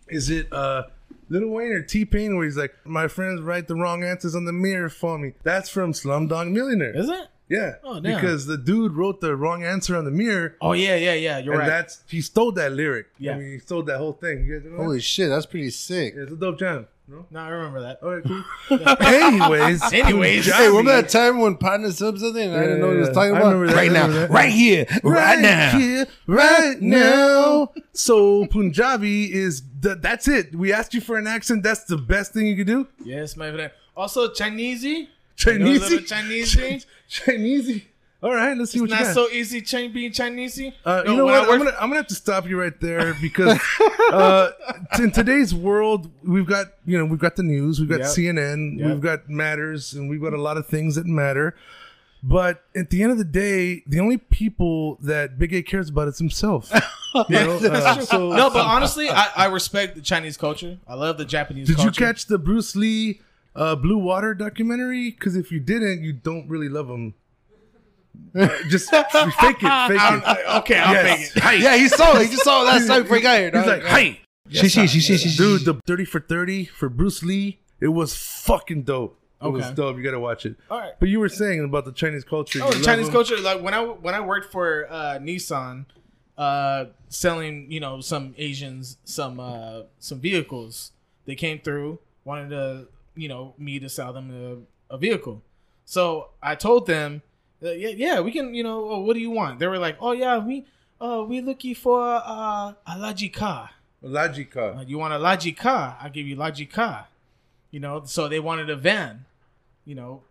Speaker 3: is it uh, Little Wayne or T Pain where he's like, "My friends write the wrong answers on the mirror for me." That's from Slumdog Millionaire.
Speaker 1: Is it?
Speaker 3: Yeah,
Speaker 1: Oh, damn.
Speaker 3: because the dude wrote the wrong answer on the mirror.
Speaker 1: Oh yeah, yeah, yeah. You're
Speaker 3: And
Speaker 1: right.
Speaker 3: that's he stole that lyric. Yeah,
Speaker 1: Yeah.
Speaker 3: I mean, he stole that whole thing. You guys know that?
Speaker 2: Holy shit, that's pretty sick.
Speaker 3: Yeah, it's a dope jam. No?
Speaker 1: No, I remember that.
Speaker 3: All right, cool. Anyways,
Speaker 1: Anyways.
Speaker 3: Punjabi.
Speaker 2: Hey, remember that time when Patna said something and I didn't know what he was
Speaker 3: Yeah,
Speaker 2: talking
Speaker 3: I
Speaker 2: about?
Speaker 3: remember that,
Speaker 2: right
Speaker 3: I
Speaker 2: now,
Speaker 3: remember that.
Speaker 2: right here, right, now.
Speaker 3: here, right now. So Punjabi is th- that's it. We asked you for an accent. That's the best thing you could do.
Speaker 1: Yes, my friend. Also, Chinese. You know a
Speaker 3: Chinese,
Speaker 1: little Chinesey?
Speaker 3: Chinese. All right, let's see what you
Speaker 1: Not
Speaker 3: got.
Speaker 1: so easy Chin- being Chinese.
Speaker 3: Uh, you know what? I'm gonna I'm gonna have to stop you right there because uh, t- in today's world we've got you know we've got the news, we've got
Speaker 1: Yep.
Speaker 3: CNN,
Speaker 1: Yep.
Speaker 3: we've got matters, and we've got a lot of things that matter. But at the end of the day, the only people that Big A cares about is himself. You know, uh, so-
Speaker 1: no, but honestly, I, I respect the Chinese culture. I love the Japanese.
Speaker 3: did you
Speaker 1: culture.
Speaker 3: catch the Bruce Lee uh, Blue Water documentary? Because if you didn't, you don't really love him. Uh, Just fake it, fake it.
Speaker 1: Okay, I'll
Speaker 3: Yes.
Speaker 1: fake it.
Speaker 2: Yeah, he saw it. He just saw it last time before he got here.
Speaker 3: He's
Speaker 2: dog.
Speaker 3: like, hey.
Speaker 2: she, she, she, she, she, she.
Speaker 3: dude. The thirty for thirty for Bruce Lee, it was fucking dope. It was
Speaker 1: Okay.
Speaker 3: dope. You gotta watch it.
Speaker 1: All right.
Speaker 3: But you were saying about the Chinese culture.
Speaker 1: Oh,
Speaker 3: you
Speaker 1: the
Speaker 3: love
Speaker 1: Chinese
Speaker 3: them.
Speaker 1: culture. Like when I when I worked for uh, Nissan, uh, selling you know some Asians some uh, some vehicles, they came through wanted to you know me to sell them a, a vehicle. So I told them, uh, yeah, yeah, we can you know oh, what do you want? They were like, oh yeah, we uh, we looking for uh, a Laji car.
Speaker 3: Logica.
Speaker 1: Like, you want a Logic car? I'll give you Logic car. You know, so they wanted a van. You know,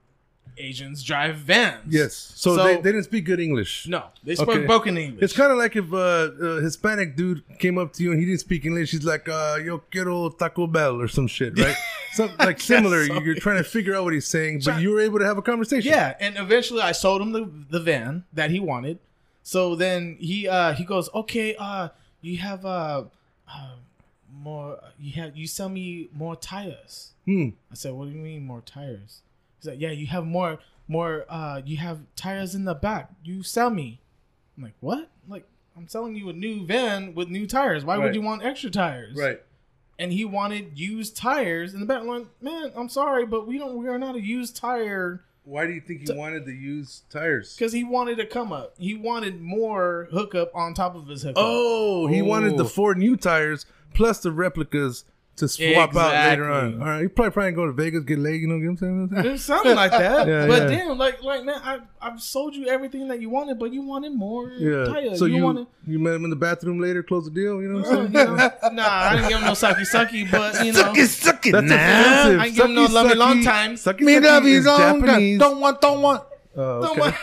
Speaker 1: Asians drive vans.
Speaker 3: Yes. So, they, they didn't speak good English.
Speaker 1: no, they spoke
Speaker 3: Okay.
Speaker 1: broken English.
Speaker 3: It's kind of like if uh, a Hispanic dude came up to you and he didn't speak English. He's like, uh, "Yo quiero Taco Bell" or some shit, right? Something like similar.
Speaker 1: so.
Speaker 3: You're trying to figure out what he's saying, but you were able to have a conversation.
Speaker 1: yeah, and eventually I sold him the, the van that he wanted. So then he uh he goes, okay, uh, you have uh, uh more you have you sell me more tires.
Speaker 3: Hmm.
Speaker 1: I said, "What do you mean more tires?" He's like, "Yeah, you have more, more. Uh, you have tires in the back. You sell me." I'm like, "What?" I'm like, I'm selling you a new van with new tires. Why
Speaker 3: Right.
Speaker 1: would you want extra tires?
Speaker 3: Right.
Speaker 1: And he wanted used tires in the back. I'm like, man, I'm sorry, but we don't. We are not a used tire
Speaker 3: Why do you think he wanted to use tires?
Speaker 1: because he wanted a come up. He wanted more hookup on top of his hookup.
Speaker 3: Oh, he wanted the
Speaker 2: Oh.
Speaker 3: four new tires plus the replicas to swap out later on.
Speaker 6: Exactly.
Speaker 3: All right, you probably probably go to Vegas, get laid. You know what I'm saying?
Speaker 1: It's something like that.
Speaker 3: Yeah,
Speaker 1: but
Speaker 3: yeah.
Speaker 1: damn, like like man, I I've sold you everything that you wanted, but you wanted more.
Speaker 3: Yeah.
Speaker 1: Taya,
Speaker 3: So you you,
Speaker 1: wanted.
Speaker 3: met him in the bathroom later, close the deal. You know what
Speaker 1: Uh,
Speaker 3: I'm
Speaker 1: you
Speaker 3: saying?
Speaker 1: know, nah, I didn't give him no sucky sucky, but you know,
Speaker 2: suck it,
Speaker 3: That's offensive.
Speaker 1: I ain't give him no
Speaker 3: Sucky,
Speaker 1: love me long
Speaker 3: sucky-
Speaker 1: time.
Speaker 3: Sucky,
Speaker 2: Me
Speaker 3: sucky
Speaker 2: love you
Speaker 3: is
Speaker 2: long time.
Speaker 3: Japanese.
Speaker 2: Don't want, don't want.
Speaker 3: Oh, okay.
Speaker 1: Don't mind-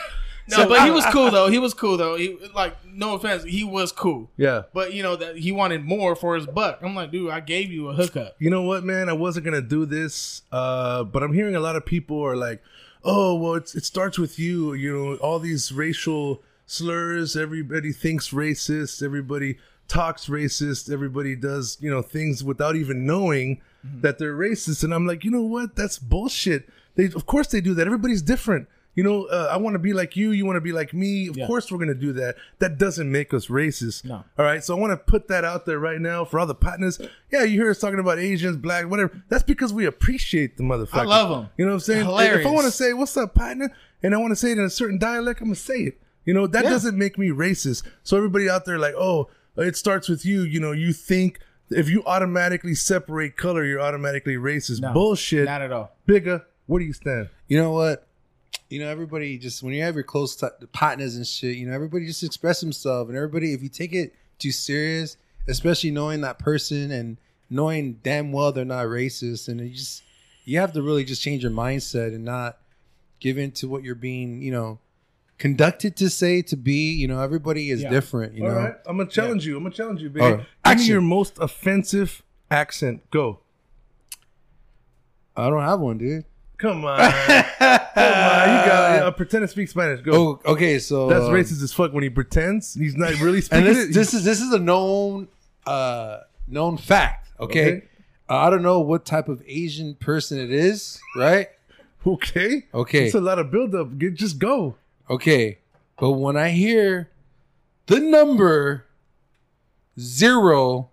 Speaker 1: no, but he was cool though. He was cool though. He like no offense, he was cool.
Speaker 3: Yeah.
Speaker 1: But you know that he wanted more for his buck. I'm like, dude, I gave you a hookup.
Speaker 3: you know what, man? I wasn't gonna do this, uh, but I'm hearing a lot of people are like, "Oh, well, it's, it starts with you." You know, all these racial slurs. Everybody thinks racist. Everybody talks racist. Everybody does you know things without even knowing that they're racist. And I'm like, you know what? That's bullshit. They of course they do that. Everybody's different. You know, uh, I want to be like you. You want to be like me. Of course, we're gonna do that. That doesn't make us racist.
Speaker 1: No.
Speaker 3: All right. So I want to put that out there right now for all the partners. Yeah, you hear us talking about Asians, black, whatever. That's because we appreciate the motherfucker.
Speaker 1: I love 'em.
Speaker 3: You know what I'm saying? If
Speaker 1: Hilarious.
Speaker 3: I want to say what's up, partner, and I want to say it in a certain dialect, I'm gonna say it. You know, that doesn't make me racist. So everybody out there, like, oh, it starts with you. You know, you think if you automatically separate color, you're automatically racist. Bullshit.
Speaker 1: Not at all.
Speaker 3: Bigger. Where do you stand?
Speaker 2: You know what? You know, everybody just when you have your close t- partners and shit, you know, everybody just express themselves, and everybody, if you take it too serious, especially knowing that person and knowing damn well they're not racist, and it just you have to really just change your mindset and not give in to what you're being, you know, conducted to say to be. You know, everybody is different. You
Speaker 3: All
Speaker 2: know,
Speaker 3: right, I'm gonna challenge you. I'm gonna challenge you, baby.
Speaker 2: All right.
Speaker 3: Give me
Speaker 2: Action.
Speaker 3: your most offensive accent. Go.
Speaker 2: I don't have one, dude.
Speaker 3: Come on. Come on. You got it. Uh, pretend to speak Spanish. Go.
Speaker 2: Oh, okay, so
Speaker 3: That's
Speaker 2: um,
Speaker 3: racist as fuck when he pretends. He's not really speaking
Speaker 2: and this,
Speaker 3: it.
Speaker 2: this is this is a known uh known fact okay,
Speaker 3: Okay.
Speaker 2: Uh, i don't know what type of asian person it is right
Speaker 3: okay.
Speaker 2: Okay.
Speaker 3: It's a lot of buildup. Get- Just go.
Speaker 2: okay but when i hear the number zero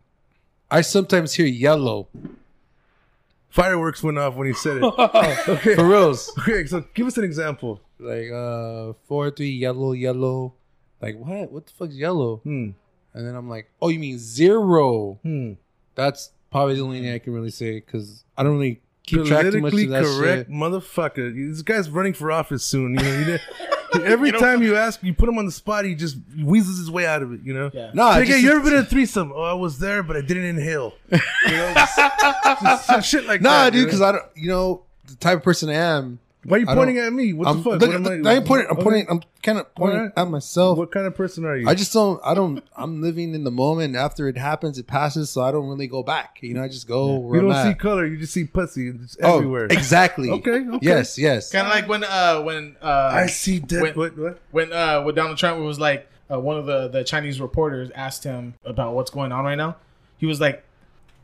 Speaker 2: i sometimes hear yellow
Speaker 3: Fireworks went off when he said it.
Speaker 2: for reals
Speaker 3: okay, so give us an example.
Speaker 2: like uh four three yellow yellow like what what the fuck's yellow
Speaker 3: Hmm.
Speaker 2: and then i'm like oh you mean zero
Speaker 3: Hmm.
Speaker 2: that's probably the only thing i can really say because i don't really keep track too much
Speaker 3: Politically
Speaker 2: of that shit
Speaker 3: correct motherfucker. This guy's running for office soon. You know. You know every time you ask, you put him on the spot. He just weasels his way out of it. You know. Yeah.
Speaker 2: Nah,
Speaker 3: Like,
Speaker 2: just-
Speaker 3: hey, you ever been in a threesome? Oh, I was there, but I didn't inhale. You know, just, just some shit like
Speaker 2: Nah,
Speaker 3: that.
Speaker 2: dude, because
Speaker 3: you know?
Speaker 2: I don't. You know the type of person I am.
Speaker 3: why are you
Speaker 2: I
Speaker 3: pointing
Speaker 2: don't-
Speaker 3: at me? What
Speaker 2: I'm,
Speaker 3: the fuck?
Speaker 2: Look,
Speaker 3: what am
Speaker 2: I, am pointing. I'm
Speaker 3: okay.
Speaker 2: pointing. I'm kind of pointing
Speaker 3: Alright.
Speaker 2: at myself.
Speaker 3: What kind of person are you?
Speaker 2: I just don't. I don't. I'm living in the moment. After it happens, it passes. So I don't really go back. You know, I just go where
Speaker 3: you don't
Speaker 2: I'm
Speaker 3: see
Speaker 2: at.
Speaker 3: color. You just see pussy. It's
Speaker 2: oh,
Speaker 3: everywhere.
Speaker 2: exactly.
Speaker 3: Okay, okay.
Speaker 2: Yes. Yes.
Speaker 1: Kind of like when uh when uh
Speaker 3: I see dead.
Speaker 1: Wait.
Speaker 3: What? What?
Speaker 1: when uh when Donald Trump was like uh, one of the the Chinese reporters asked him about what's going on right now. He was like,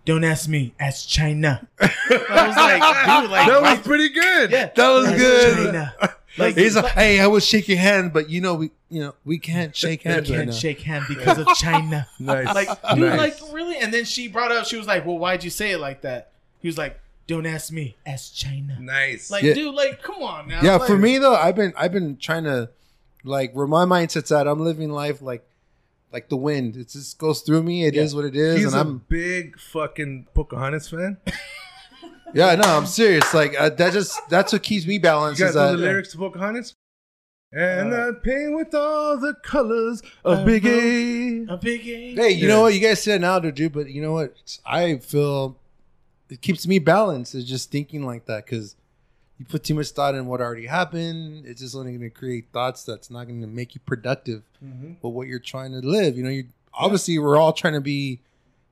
Speaker 1: "Don't ask me, ask China." I was like, "Dude, like
Speaker 3: That
Speaker 1: why-
Speaker 3: was pretty good.
Speaker 1: yeah,
Speaker 2: That was
Speaker 1: ask
Speaker 2: good.
Speaker 1: China. Like
Speaker 2: He's like, hey, I would shake your hand, but you know we, you know, we can't shake
Speaker 1: I
Speaker 2: hands right
Speaker 1: can't
Speaker 2: now.
Speaker 1: shake hand because of China.
Speaker 3: Nice.
Speaker 1: Like, dude,
Speaker 3: Nice.
Speaker 1: like really? And then she brought up, she was like, "Well, why'd you say it like that?" He was like, "Don't ask me, ask China."
Speaker 3: Nice.
Speaker 1: Like,
Speaker 2: Yeah.
Speaker 1: dude, like, come on now.
Speaker 2: yeah
Speaker 1: Like,
Speaker 2: for me though i've been i've been trying to like where my mindset's at i'm living life like like the wind it just goes through me It is what it is
Speaker 3: He's
Speaker 2: and
Speaker 3: a
Speaker 2: i'm
Speaker 3: big fucking Pocahontas fan. You
Speaker 2: yeah no i'm serious like uh, that just that's what keeps me balanced
Speaker 3: guys
Speaker 2: is uh,
Speaker 3: know the
Speaker 2: that-
Speaker 3: lyrics to Pocahontas? And I paint with all the colors of
Speaker 1: Uh,
Speaker 3: Big A.
Speaker 1: a big game.
Speaker 2: hey you
Speaker 3: Yeah.
Speaker 2: know what you guys said now dude but you know what i feel it keeps me balanced is just thinking like that because you put too much thought in what already happened it's just only going to create thoughts that's not going to make you productive
Speaker 3: Mm-hmm.
Speaker 2: but what you're trying to live you know you obviously we're all trying to be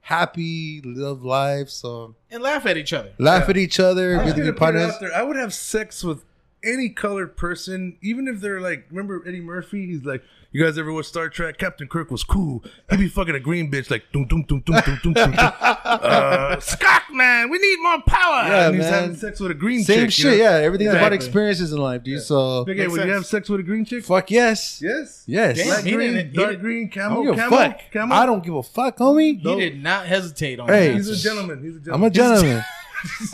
Speaker 2: happy live life so
Speaker 1: and laugh at each other.
Speaker 2: laugh at each other,
Speaker 3: I was
Speaker 2: good to
Speaker 3: gonna
Speaker 2: be
Speaker 3: put it
Speaker 2: partners.
Speaker 3: out there. I would have sex with any colored person, even if they're like, remember Eddie Murphy? He's like, you guys ever watch Star Trek? Captain Kirk was cool. He'd be fucking a green bitch like, doom, doom, doom, doom, doom, doom, doom. Uh, Scott, man, we need more power.
Speaker 2: Yeah,
Speaker 3: and he's
Speaker 2: man.
Speaker 3: having sex with a green
Speaker 2: Same
Speaker 3: chick. you
Speaker 2: shit,
Speaker 3: know?
Speaker 2: yeah. Everything's about
Speaker 1: Exactly.
Speaker 2: experiences in life, dude. So
Speaker 3: Big A,
Speaker 1: Makes
Speaker 3: would you
Speaker 1: sense.
Speaker 3: have sex with a green chick?
Speaker 2: fuck yes,
Speaker 3: Yes.
Speaker 2: yes.
Speaker 1: Damn,
Speaker 3: Black
Speaker 1: he
Speaker 3: green,
Speaker 1: didn't- he
Speaker 3: dark
Speaker 1: didn't-
Speaker 3: green,
Speaker 2: I
Speaker 3: camo,
Speaker 2: don't give a
Speaker 3: camo,
Speaker 2: fuck.
Speaker 3: camo.
Speaker 2: I don't give a fuck, homie.
Speaker 1: He did not hesitate on
Speaker 2: Hey.
Speaker 1: that.
Speaker 3: He's a gentleman. He's a gentleman.
Speaker 2: I'm a gentleman.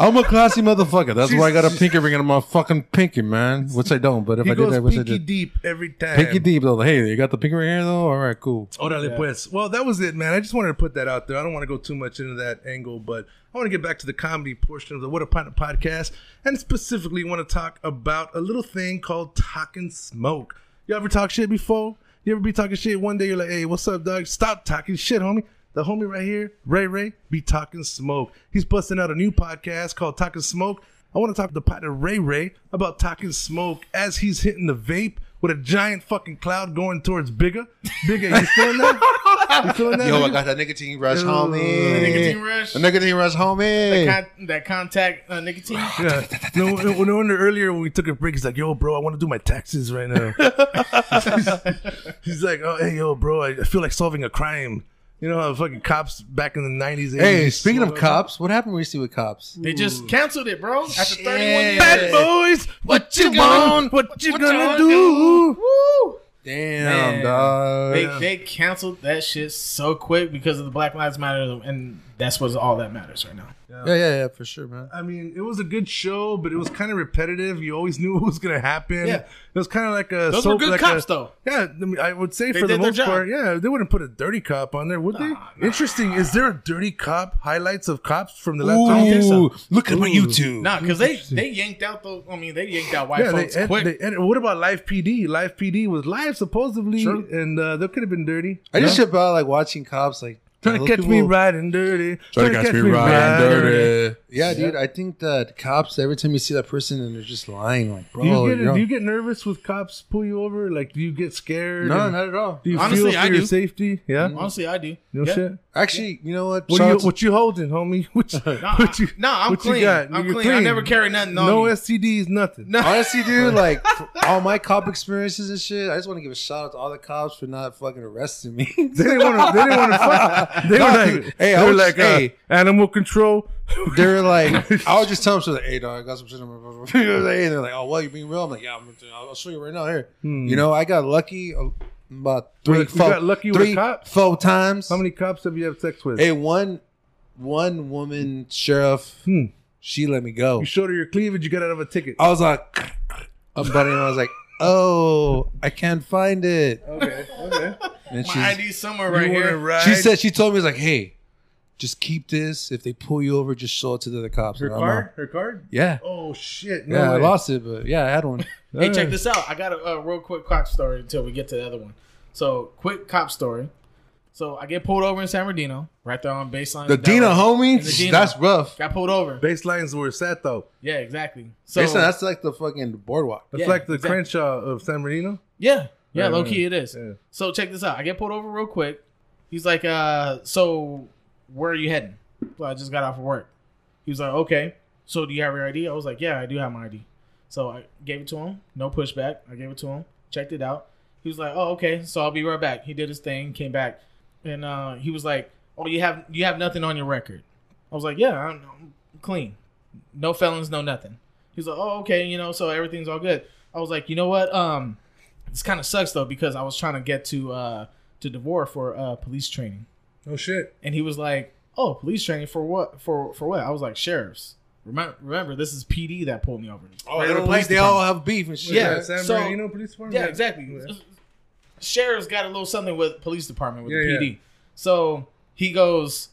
Speaker 2: I'm a classy motherfucker. That's why I got a
Speaker 3: She's-
Speaker 2: pinky ring on my fucking pinky, man. Which I don't, but if
Speaker 3: He
Speaker 2: I did, I
Speaker 3: goes
Speaker 2: wish I
Speaker 3: pinky
Speaker 2: did.
Speaker 3: deep every time.
Speaker 2: Pinky deep though. Hey, you got the pinky ring here though. All right, cool.
Speaker 3: Orale pues. Well, that was it, man. I just wanted to put that out there. I don't want to go too much into that angle, but I want to get back to the comedy portion of the What a Pint podcast and specifically want to talk about a little thing called talking smoke. You ever talk shit before? You ever be talking shit one day? You're like, hey, what's up, dog? Stop talking shit, homie. The homie right here, Ray Ray, be talking smoke. He's busting out a new podcast called Talking Smoke. I want to talk to partner Ray Ray about talking smoke as he's hitting the vape with a giant fucking cloud going towards Bigger. Bigger, you feeling that? You feeling that?
Speaker 2: Yo, I
Speaker 3: nigga?
Speaker 2: got that nicotine rush,
Speaker 3: Ooh.
Speaker 2: homie.
Speaker 1: Nicotine rush.
Speaker 2: The nicotine rush, homie.
Speaker 1: Con- that contact uh, nicotine.
Speaker 3: Yeah. No, no, no wonder earlier when we took a break, he's like, "Yo, bro, I want to do my taxes right now." he's like, "Oh, hey, yo, bro, I I feel like solving a crime." You know how fucking cops back in the nineties.
Speaker 2: hey, speaking of cops, what happened recently with cops?
Speaker 1: They just canceled it, bro. After 31
Speaker 2: Shit.
Speaker 1: minutes.
Speaker 3: bad boys, what you want? What you
Speaker 1: what
Speaker 3: gonna,
Speaker 1: y'all
Speaker 3: do?
Speaker 1: Woo!
Speaker 2: Damn,
Speaker 1: Man.
Speaker 2: dog.
Speaker 1: They, they canceled that shit so quick because of the Black Lives Matter, and that's what's all that matters right now.
Speaker 2: yeah, yeah, yeah, for sure, man.
Speaker 3: I mean, it was a good show, but it was kind of repetitive. You always knew what was gonna happen.
Speaker 1: Yeah.
Speaker 3: It was kind of like a
Speaker 1: Those
Speaker 3: soap,
Speaker 1: were good
Speaker 3: like
Speaker 1: cops,
Speaker 3: a-
Speaker 1: though.
Speaker 3: Yeah, I, mean, I would say
Speaker 1: They
Speaker 3: for the
Speaker 1: did their
Speaker 3: most
Speaker 1: job.
Speaker 3: part, yeah, they wouldn't put a dirty cop on there, would they? Interesting. Is there a dirty cop highlights of cops from the last time?
Speaker 1: think so.
Speaker 2: Ooh, look at my YouTube.
Speaker 1: Nah, because they they yanked out those. I mean, they yanked out white
Speaker 3: Yeah, they,
Speaker 1: folks
Speaker 3: and,
Speaker 1: quick.
Speaker 3: they- and what about Live PD? Live PD was live supposedly,
Speaker 2: Sure.
Speaker 3: and uh, there could have been dirty.
Speaker 2: I just about like watching cops like
Speaker 3: Trying to
Speaker 2: those
Speaker 3: catch me
Speaker 2: people-
Speaker 3: riding dirty.
Speaker 2: Trying to catch me riding
Speaker 3: riding
Speaker 2: dirty. Yeah, dude. I think that cops. Every time you see that person, and they're just lying, like, bro.
Speaker 3: Do
Speaker 1: Oh,
Speaker 3: you, get,
Speaker 2: you're-
Speaker 3: do you get nervous with cops pull you over? Like, do you get scared?
Speaker 2: no,
Speaker 3: And
Speaker 2: not at all.
Speaker 3: Do you
Speaker 1: Honestly,
Speaker 3: feel
Speaker 1: I
Speaker 3: for your
Speaker 1: do.
Speaker 3: safety? Yeah.
Speaker 1: Honestly, I do.
Speaker 3: No
Speaker 1: Yeah.
Speaker 3: shit.
Speaker 2: Actually, you know what?
Speaker 3: What,
Speaker 2: Shout
Speaker 3: are you,
Speaker 2: out to-
Speaker 3: what you holding, homie? What, you-
Speaker 1: Nah,
Speaker 3: what you,
Speaker 1: nah, I'm
Speaker 3: what you
Speaker 1: clean.
Speaker 3: got?
Speaker 1: I'm
Speaker 3: You're
Speaker 1: clean. I never carry nothing on
Speaker 3: No
Speaker 1: me.
Speaker 3: STDs, nothing.
Speaker 2: Honestly, dude, like for all my cop experiences and shit, I just want to give a shout out to all the cops for not fucking arresting me.
Speaker 3: They didn't want to. They didn't want to fuck. They
Speaker 2: No,
Speaker 3: were
Speaker 2: dude.
Speaker 3: like,
Speaker 2: Hey,
Speaker 3: hey,
Speaker 2: I
Speaker 3: they were
Speaker 2: was-
Speaker 3: like,
Speaker 2: hey.
Speaker 3: uh, animal control.
Speaker 2: they were like, I would just tell them, so like, hey, dog, I got some shit on my and they're like, oh, well, you're being real. I'm like, yeah, I'm, I'll show you right now. Here, you know, I got lucky uh, about three,
Speaker 3: Hmm. You
Speaker 2: four,
Speaker 3: got lucky with a
Speaker 2: three,
Speaker 3: cop?
Speaker 2: four times.
Speaker 3: How many cops have you had sex with?
Speaker 2: Hey, one, one woman sheriff,
Speaker 3: Hmm.
Speaker 2: she let me go.
Speaker 3: You showed her your cleavage. You got out of a ticket.
Speaker 1: Oh.
Speaker 2: I was like, a button, and I was like, oh, I can't find it.
Speaker 3: Okay. Okay.
Speaker 2: And
Speaker 1: My
Speaker 2: she's-
Speaker 1: ID's somewhere right
Speaker 3: You wanna
Speaker 1: here.
Speaker 3: ride?
Speaker 2: She said she told me it's like, hey, just keep this. If they pull you over, just show it to the other cops.
Speaker 3: her
Speaker 2: And I'm
Speaker 3: card.
Speaker 2: like,
Speaker 3: Her card.
Speaker 2: Yeah.
Speaker 3: Oh shit! No
Speaker 2: Yeah, I
Speaker 3: way.
Speaker 2: lost it, but yeah, I had one.
Speaker 1: Hey, check this out. I got a, a real quick cop story until we get to the other one. So, quick cop story. So, I get pulled over in San Bernardino, right there on baseline.
Speaker 2: The
Speaker 1: in Delaware.
Speaker 2: Dina homie,
Speaker 1: And the Dino.
Speaker 2: that's rough.
Speaker 1: Got pulled over.
Speaker 3: Baselines were set though.
Speaker 1: Yeah, exactly. So,
Speaker 2: Jason, that's like the fucking boardwalk.
Speaker 3: It's
Speaker 1: Yeah,
Speaker 3: like the
Speaker 1: exactly.
Speaker 3: Crenshaw of San Marino.
Speaker 1: Yeah, yeah,
Speaker 3: Right,
Speaker 1: low
Speaker 3: right,
Speaker 1: key it is.
Speaker 3: yeah.
Speaker 1: So check this out. I get pulled over real quick. He's like, uh, so where are you heading? Well, I just got off of work. He was like, okay. So do you have your ID? I was like, yeah, I do have my ID. So I gave it to him. No pushback. I gave it to him. Checked it out. He was like, oh, okay. So I'll be right back. He did his thing, came back, and uh, he was like, oh, you have you have nothing on your record. I was like, yeah, I'm, I'm clean, no felons, no nothing. He's like, oh, okay, you know, so everything's all good. I was like, you know what? Um, this kind of sucks though because I was trying to get to uh to Devore for uh police training,
Speaker 3: Oh shit!
Speaker 1: and he was like, "Oh, police training for what? For for what?" I was like, "Sheriffs." Remember, remember, this is PD that pulled me over.
Speaker 2: Oh,
Speaker 3: they
Speaker 2: they,
Speaker 3: don't like-
Speaker 2: they all have beef and shit.
Speaker 1: Yeah.
Speaker 3: San
Speaker 1: so-
Speaker 3: Marino police department.
Speaker 1: Yeah, exactly. Sheriff's got a little something with police department with
Speaker 3: Yeah,
Speaker 1: the
Speaker 3: yeah.
Speaker 1: PD. So he goes,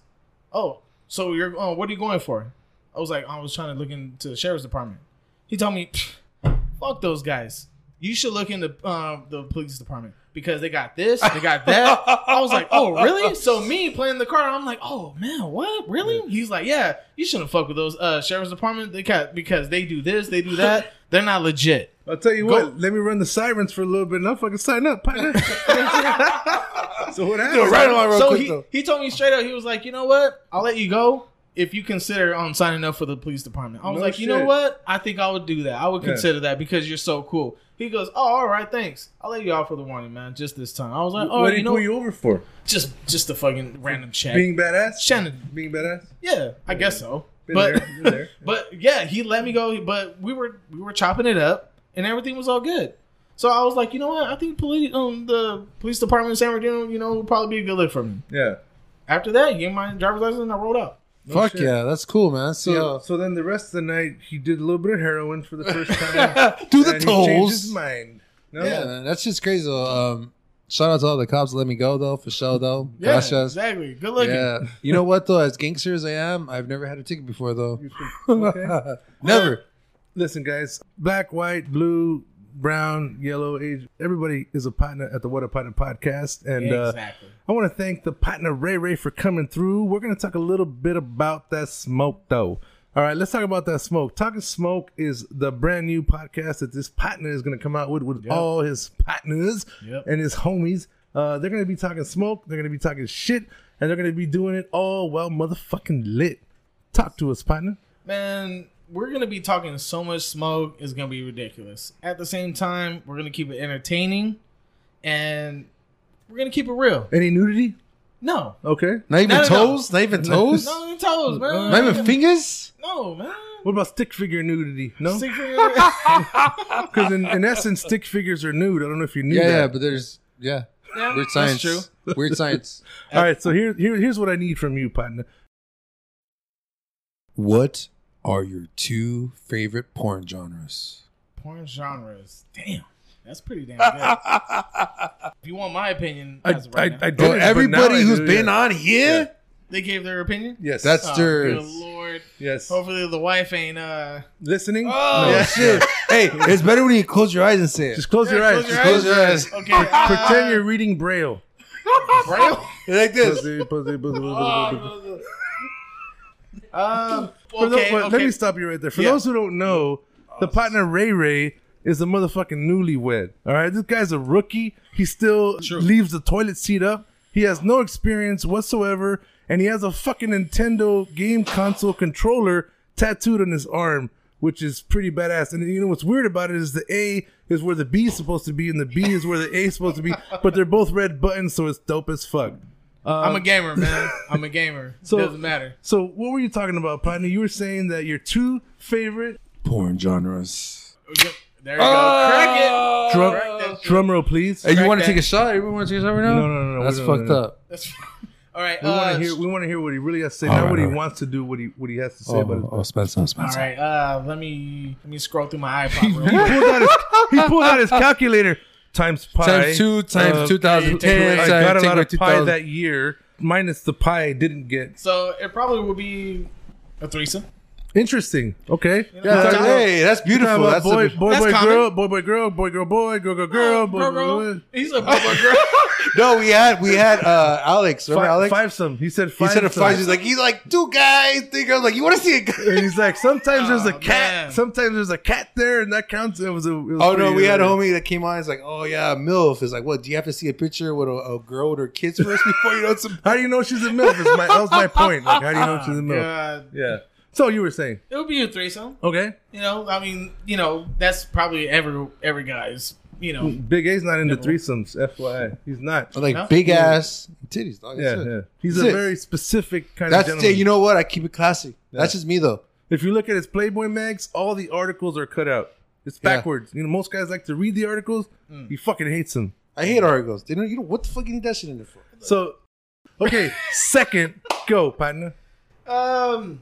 Speaker 1: "Oh, so you're? Oh, what are you going for?" I was like, "I was trying to look into the sheriff's department." He told me, "Pfft, "Fuck those guys. You should look into um, the police department because they got this, they got that." I was like, "Oh, really?" So me playing the card, I'm like, "Oh man, what? Really?" He's like, "Yeah, you shouldn't fuck with those uh, sheriff's department. They got because they do this, they do that. They're not legit."
Speaker 3: I'll tell you
Speaker 1: Go.
Speaker 3: what. Let me run the sirens for a little bit, and I'll fucking sign up. partner. so what happened?
Speaker 2: Dude, right on real
Speaker 1: so
Speaker 2: quick
Speaker 1: he,
Speaker 2: though.
Speaker 1: he told me straight up, he was like, you know what? I'll let you go if you consider um, signing up for the police department. I was
Speaker 3: No
Speaker 1: like, you know
Speaker 3: shit.
Speaker 1: what? I think I would do that. I would
Speaker 3: Yeah.
Speaker 1: consider that because you're so cool. He goes, oh, all right, thanks. I'll let you out for the warning, man, just this time. I was like, oh,
Speaker 3: what did
Speaker 1: you
Speaker 3: he
Speaker 1: know,
Speaker 3: pull you over for?
Speaker 1: just just a fucking random check.
Speaker 3: Being badass.
Speaker 1: Shannon.
Speaker 3: Being badass.
Speaker 1: Yeah, I guess so.
Speaker 3: Been
Speaker 1: but
Speaker 3: there, been there.
Speaker 1: but yeah, he let me go. But we were we were chopping it up, and everything was all good. So I was like, you know what? I think police um, the police department in San Bernardino, you know, would probably be a good look for me.
Speaker 3: Yeah.
Speaker 1: After that, he gave my driver's license and I rolled out.
Speaker 2: Fuck
Speaker 3: shit.
Speaker 2: yeah, that's cool, man. See
Speaker 3: So,
Speaker 2: so,
Speaker 3: so then the rest of the night, he did a little bit of heroin for the first time.
Speaker 2: do the
Speaker 3: and he changed his
Speaker 2: tolls.
Speaker 3: mind. No?
Speaker 2: Yeah, man, that's just crazy. though. Um, shout out to all the cops. that Let me go though for show though.
Speaker 1: Yeah,
Speaker 2: Gracias.
Speaker 1: exactly. Good looking.
Speaker 2: Yeah, you know what though? As gangster as I am, I've never had a ticket before though.
Speaker 3: Okay.
Speaker 2: never.
Speaker 3: Listen, guys, black, white, blue, brown, yellow, age, everybody is a partner at the What a Partner podcast. And uh,
Speaker 1: exactly.
Speaker 3: I want to thank the partner Ray Ray for coming through. We're going to talk a little bit about that smoke, though. All right, let's talk about that smoke. Talking Smoke is the brand new podcast that this partner is going to come out with with all his partners
Speaker 1: Yep.
Speaker 3: and his homies. Uh, they're going to be talking smoke, they're going to be talking shit, and they're going to be doing it all well motherfucking lit. Talk to us, partner.
Speaker 1: Man, we're gonna be talking so much smoke it's gonna be ridiculous. At the same time, we're gonna keep it entertaining, and we're gonna keep it real.
Speaker 3: Any nudity?
Speaker 1: No,
Speaker 3: Okay.
Speaker 2: Not even
Speaker 1: No, no, no.
Speaker 2: toes. Not even toes.
Speaker 1: no even toes, man.
Speaker 2: Not even fingers.
Speaker 1: no, man.
Speaker 3: What about stick figure nudity? No,
Speaker 1: Stick figure-
Speaker 3: because in, in essence, stick figures are nude. I don't know if you knew
Speaker 2: Yeah,
Speaker 3: that.
Speaker 2: yeah, but there's yeah.
Speaker 1: Yeah,
Speaker 2: Weird science.
Speaker 1: That's true.
Speaker 2: Weird science.
Speaker 3: All right, so here, here, here's what I need from you, partner.
Speaker 2: What are your two favorite porn genres?
Speaker 1: Porn genres. Damn, that's pretty damn good. if you want my opinion,
Speaker 3: I,
Speaker 1: as of
Speaker 3: I,
Speaker 1: right now,
Speaker 3: I did
Speaker 2: Well,
Speaker 3: it, but now I
Speaker 2: everybody who's
Speaker 3: do,
Speaker 2: been
Speaker 3: yeah.
Speaker 2: on here,
Speaker 1: they gave their opinion.
Speaker 3: yes,
Speaker 2: that's
Speaker 1: Oh,
Speaker 2: their.
Speaker 1: good lord.
Speaker 3: yes,
Speaker 1: Hopefully the wife ain't uh
Speaker 3: listening.
Speaker 1: Oh,
Speaker 3: No.
Speaker 2: Yeah, shit. hey, it's better when you close your eyes and say it.
Speaker 3: Just close your
Speaker 1: Yeah,
Speaker 3: eyes. Ah! Just
Speaker 2: close your eyes.
Speaker 1: Okay. uh,
Speaker 3: Pretend you're reading braille.
Speaker 1: Braille.
Speaker 2: like this.
Speaker 3: Pussy, pussy, pussy, pussy, pussy, pussy.
Speaker 1: Oh, um,
Speaker 3: For tho-
Speaker 1: okay,
Speaker 3: but
Speaker 1: okay.
Speaker 3: Let me stop you right there. For
Speaker 1: Yeah.
Speaker 3: those who don't know, the partner Ray Ray is a motherfucking newlywed. All right, this guy's a rookie. He still leaves the toilet seat up. He has no experience whatsoever, and he has a fucking Nintendo game console controller tattooed on his arm, which is pretty badass. And you know what's weird about it is the A is where the B is supposed to be, and the B is where the A is supposed to be, but they're both red buttons, so it's dope as fuck.
Speaker 1: I'm a gamer, man. I'm a gamer.
Speaker 3: So-
Speaker 1: Doesn't matter.
Speaker 3: So what were you talking about, partner? You were saying that your two favorite
Speaker 2: Porn genres.
Speaker 1: Yep, There you go. Oh, Crack
Speaker 3: Uh.
Speaker 1: it. Crack
Speaker 3: drum
Speaker 1: that shit.
Speaker 3: drum roll, please.
Speaker 2: Hey, you
Speaker 1: Crack
Speaker 2: want to
Speaker 1: that.
Speaker 2: take a shot? Everyone want to take a shot right now?
Speaker 3: No, no, no, no,
Speaker 2: That's
Speaker 3: we don't,
Speaker 2: fucked
Speaker 3: no, no.
Speaker 2: up.
Speaker 1: That's- All right.
Speaker 3: We
Speaker 1: uh,
Speaker 3: want to hear. We want to hear what he really has to say,
Speaker 2: All
Speaker 3: not
Speaker 2: right,
Speaker 3: what he
Speaker 2: all right.
Speaker 3: wants to do. What he what he has to say about his.
Speaker 2: Oh, oh, Spencer,
Speaker 1: all
Speaker 2: Spencer.
Speaker 1: right. Uh, let me let me scroll through my iPod real quick.
Speaker 3: He pulled out his. he pulled out his calculator. Times pi.
Speaker 2: Times two, times
Speaker 3: uh,
Speaker 1: take
Speaker 2: 2010.
Speaker 1: away-
Speaker 3: I
Speaker 2: times-
Speaker 3: got a
Speaker 2: take
Speaker 3: lot
Speaker 2: away
Speaker 3: of pi
Speaker 2: 2000.
Speaker 3: that year. Minus the pi I didn't get.
Speaker 1: So it probably will be a threesome.
Speaker 3: Interesting. Okay.
Speaker 1: know,
Speaker 3: We're
Speaker 2: Yeah,
Speaker 3: talking about-
Speaker 2: hey, that's
Speaker 3: we're talking
Speaker 2: beautiful.
Speaker 3: about
Speaker 2: That's
Speaker 3: boy,
Speaker 2: a,
Speaker 3: boy,
Speaker 1: That's
Speaker 3: boy,
Speaker 1: common.
Speaker 3: girl, boy, boy, girl, boy, girl, boy, girl, girl, girl, boy, girl,
Speaker 1: girl,
Speaker 3: boy.
Speaker 1: He's a boy, girl.
Speaker 2: no, we had we had uh, Alex. Remember
Speaker 3: Five,
Speaker 2: Alex?
Speaker 3: five some. He said
Speaker 2: he
Speaker 3: five.
Speaker 2: said a five.
Speaker 3: some.
Speaker 2: He's like he's like two guys. Think I was like you want to see a guy?
Speaker 3: And he's like, sometimes there's a
Speaker 1: Aw,
Speaker 3: cat.
Speaker 1: man.
Speaker 3: Sometimes there's a cat there, and that counts. It was a. It was
Speaker 2: Oh no,
Speaker 3: pretty,
Speaker 2: we had a
Speaker 3: uh,
Speaker 2: homie that came on. He's like, oh yeah, milf. It's like, what? Do you have to see a picture with a, a girl with her kids first before you know it's a
Speaker 3: How do you know she's a milf? Is my, that was my point. Like, how do you know she's a milf?
Speaker 1: God.
Speaker 3: Yeah. So you were saying,
Speaker 1: It would be a threesome.
Speaker 3: okay,
Speaker 1: You know, I mean, you know, that's probably every every guy's. You know,
Speaker 3: Big A's not into threesomes, FYI. He's not.
Speaker 2: like
Speaker 1: No?
Speaker 2: big ass titties? Dog.
Speaker 3: Yeah,
Speaker 2: That's it.
Speaker 3: yeah. He's
Speaker 2: That's
Speaker 3: a
Speaker 2: it.
Speaker 3: very specific kind
Speaker 2: That's
Speaker 3: of
Speaker 2: it.
Speaker 3: gentleman.
Speaker 2: You know what? I keep it classy. That's just me though.
Speaker 3: if you look at his Playboy mags, all the articles are cut out. It's
Speaker 2: Yeah. Mm.
Speaker 3: backwards. You know, most guys like to read the articles. He fucking hates them.
Speaker 2: I hate articles. They don't. You know what the fuck you need that shit in there for?
Speaker 3: So, okay, second, go partner.
Speaker 1: um,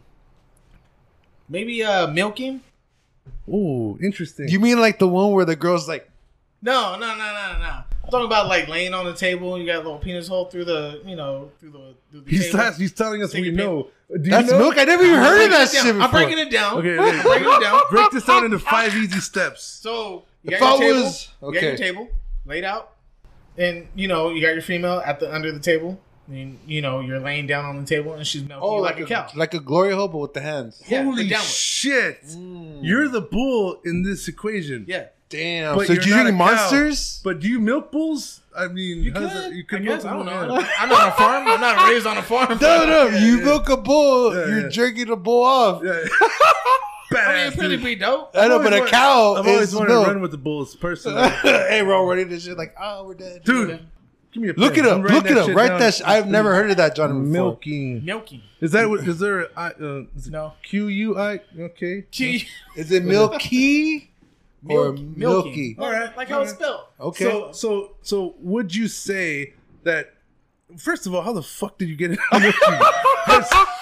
Speaker 1: maybe uh, milking.
Speaker 3: Ooh, interesting.
Speaker 2: You mean like the one where the girl's like,
Speaker 1: No, no, no, no, no. I'm talking about like laying on the table and you got a little penis hole through the, you know, through the. Through the
Speaker 3: he's,
Speaker 1: table.
Speaker 3: he's telling us
Speaker 1: Take
Speaker 3: we
Speaker 1: a pic.
Speaker 3: know. Do you
Speaker 2: "That's
Speaker 3: know?
Speaker 2: milk." I never even heard
Speaker 1: Breaking
Speaker 2: of that
Speaker 1: it down.
Speaker 2: shit before.
Speaker 1: I'm breaking it down.
Speaker 3: Okay,
Speaker 1: I'm
Speaker 3: okay.
Speaker 1: breaking it down.
Speaker 3: break this down into five easy steps.
Speaker 1: So you
Speaker 2: If
Speaker 1: got your
Speaker 2: I
Speaker 1: table.
Speaker 2: was-
Speaker 1: You got your
Speaker 2: okay.
Speaker 1: table laid out, and you know you got your female at the under the table. And you know you're laying down on the table and she's milking
Speaker 2: Oh,
Speaker 1: you like, a cow.
Speaker 2: like a glory hole, but with the hands.
Speaker 1: yeah, for
Speaker 3: Holy
Speaker 1: downward.
Speaker 3: shit! You're the bull in this equation.
Speaker 1: yeah.
Speaker 2: Damn.
Speaker 3: But
Speaker 2: so
Speaker 3: you're
Speaker 2: do you
Speaker 3: not
Speaker 2: drink
Speaker 3: a cow.
Speaker 2: monsters?
Speaker 3: But do you milk bulls? I mean,
Speaker 1: You
Speaker 3: how does that-
Speaker 1: could,
Speaker 3: you
Speaker 1: I
Speaker 3: could milk
Speaker 1: guess. I don't
Speaker 3: them,
Speaker 1: know.
Speaker 3: yeah.
Speaker 1: I'm not on a farm. I'm not raised on a farm.
Speaker 2: no, no. you milk a bull,
Speaker 3: Yeah,
Speaker 2: you're
Speaker 3: yeah.
Speaker 2: jerking a bull off.
Speaker 3: Yeah.
Speaker 1: I mean,
Speaker 3: Badass,
Speaker 1: it'd probably
Speaker 3: dude.
Speaker 1: be dope.
Speaker 2: I know,
Speaker 3: I've
Speaker 2: but a
Speaker 3: always wa-
Speaker 2: cow
Speaker 3: I've
Speaker 2: is
Speaker 3: always wanted
Speaker 2: milk.
Speaker 3: to run with the bulls personally,
Speaker 2: hey, we're all ready to shit. Like, oh, we're dead,
Speaker 3: dude. Give me a
Speaker 2: Look
Speaker 3: pen.
Speaker 2: it up.
Speaker 3: I'm writing
Speaker 2: Look it
Speaker 3: that
Speaker 2: up.
Speaker 3: shit
Speaker 2: Write
Speaker 3: down.
Speaker 2: that. Sh- I've never heard of that genre before.
Speaker 3: milking.
Speaker 1: Milky.
Speaker 3: Is that what? Is there? A, I, uh, is it
Speaker 1: No.
Speaker 3: Q U I. Okay.
Speaker 1: Gee.
Speaker 2: Is it milky or
Speaker 1: Milky.
Speaker 2: milky?
Speaker 1: All right. Like how it's spelled.
Speaker 2: Okay.
Speaker 3: So so so would you say that first of all, how the fuck did you get it? That's-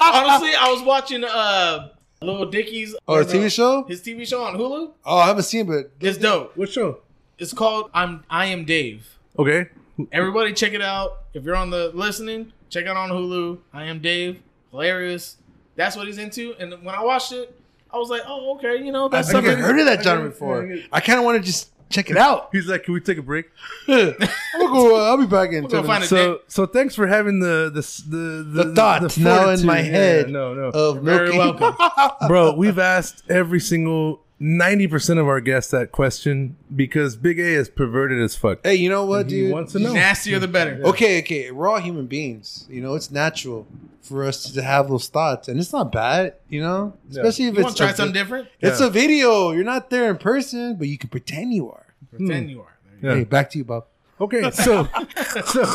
Speaker 1: honestly, I was watching uh Little Dicky's
Speaker 2: Oh, a TV show?
Speaker 1: His TV show on Hulu.
Speaker 2: Oh, I haven't seen it, but
Speaker 1: It's dope.
Speaker 3: What show?
Speaker 1: It's called I'm I am Dave.
Speaker 3: Okay.
Speaker 1: Everybody check it out. If you're on the listening, check out on Hulu. I am Dave. Hilarious. That's what he's into. And when I watched it, I was like, oh okay, you know that's
Speaker 2: I've never
Speaker 1: something.
Speaker 2: heard of that genre
Speaker 3: I-
Speaker 2: before.
Speaker 3: I-
Speaker 2: I kind of want to just check it out.
Speaker 3: He's like, can we take a break?
Speaker 2: I'm gonna go, uh, I'll be back in
Speaker 1: We'll
Speaker 2: 10
Speaker 1: go find
Speaker 2: minutes.
Speaker 1: a
Speaker 3: So, so thanks for having the the s- the
Speaker 2: The thought now in
Speaker 3: fortitude.
Speaker 2: my
Speaker 3: Yeah,
Speaker 2: head
Speaker 3: no, no,
Speaker 2: of uh,
Speaker 1: You're very
Speaker 2: milking.
Speaker 3: bro. We've asked every single ninety percent of our guests that question because Big A is perverted as fuck.
Speaker 2: hey, you know what,
Speaker 3: He
Speaker 2: dude?
Speaker 3: wants to know.
Speaker 1: Nastier the better.
Speaker 2: Okay, okay. We're all human beings. You know, it's natural for us to have those thoughts, and it's not bad. You know, especially if
Speaker 1: You want
Speaker 2: it's
Speaker 1: to try
Speaker 2: a,
Speaker 1: something different?
Speaker 2: It's
Speaker 3: Yeah.
Speaker 2: a video. You're not there in person, but you can pretend you are.
Speaker 1: Pretend you are. There you
Speaker 2: Hey,
Speaker 3: Yeah.
Speaker 2: back to you, Bob.
Speaker 3: Okay, so so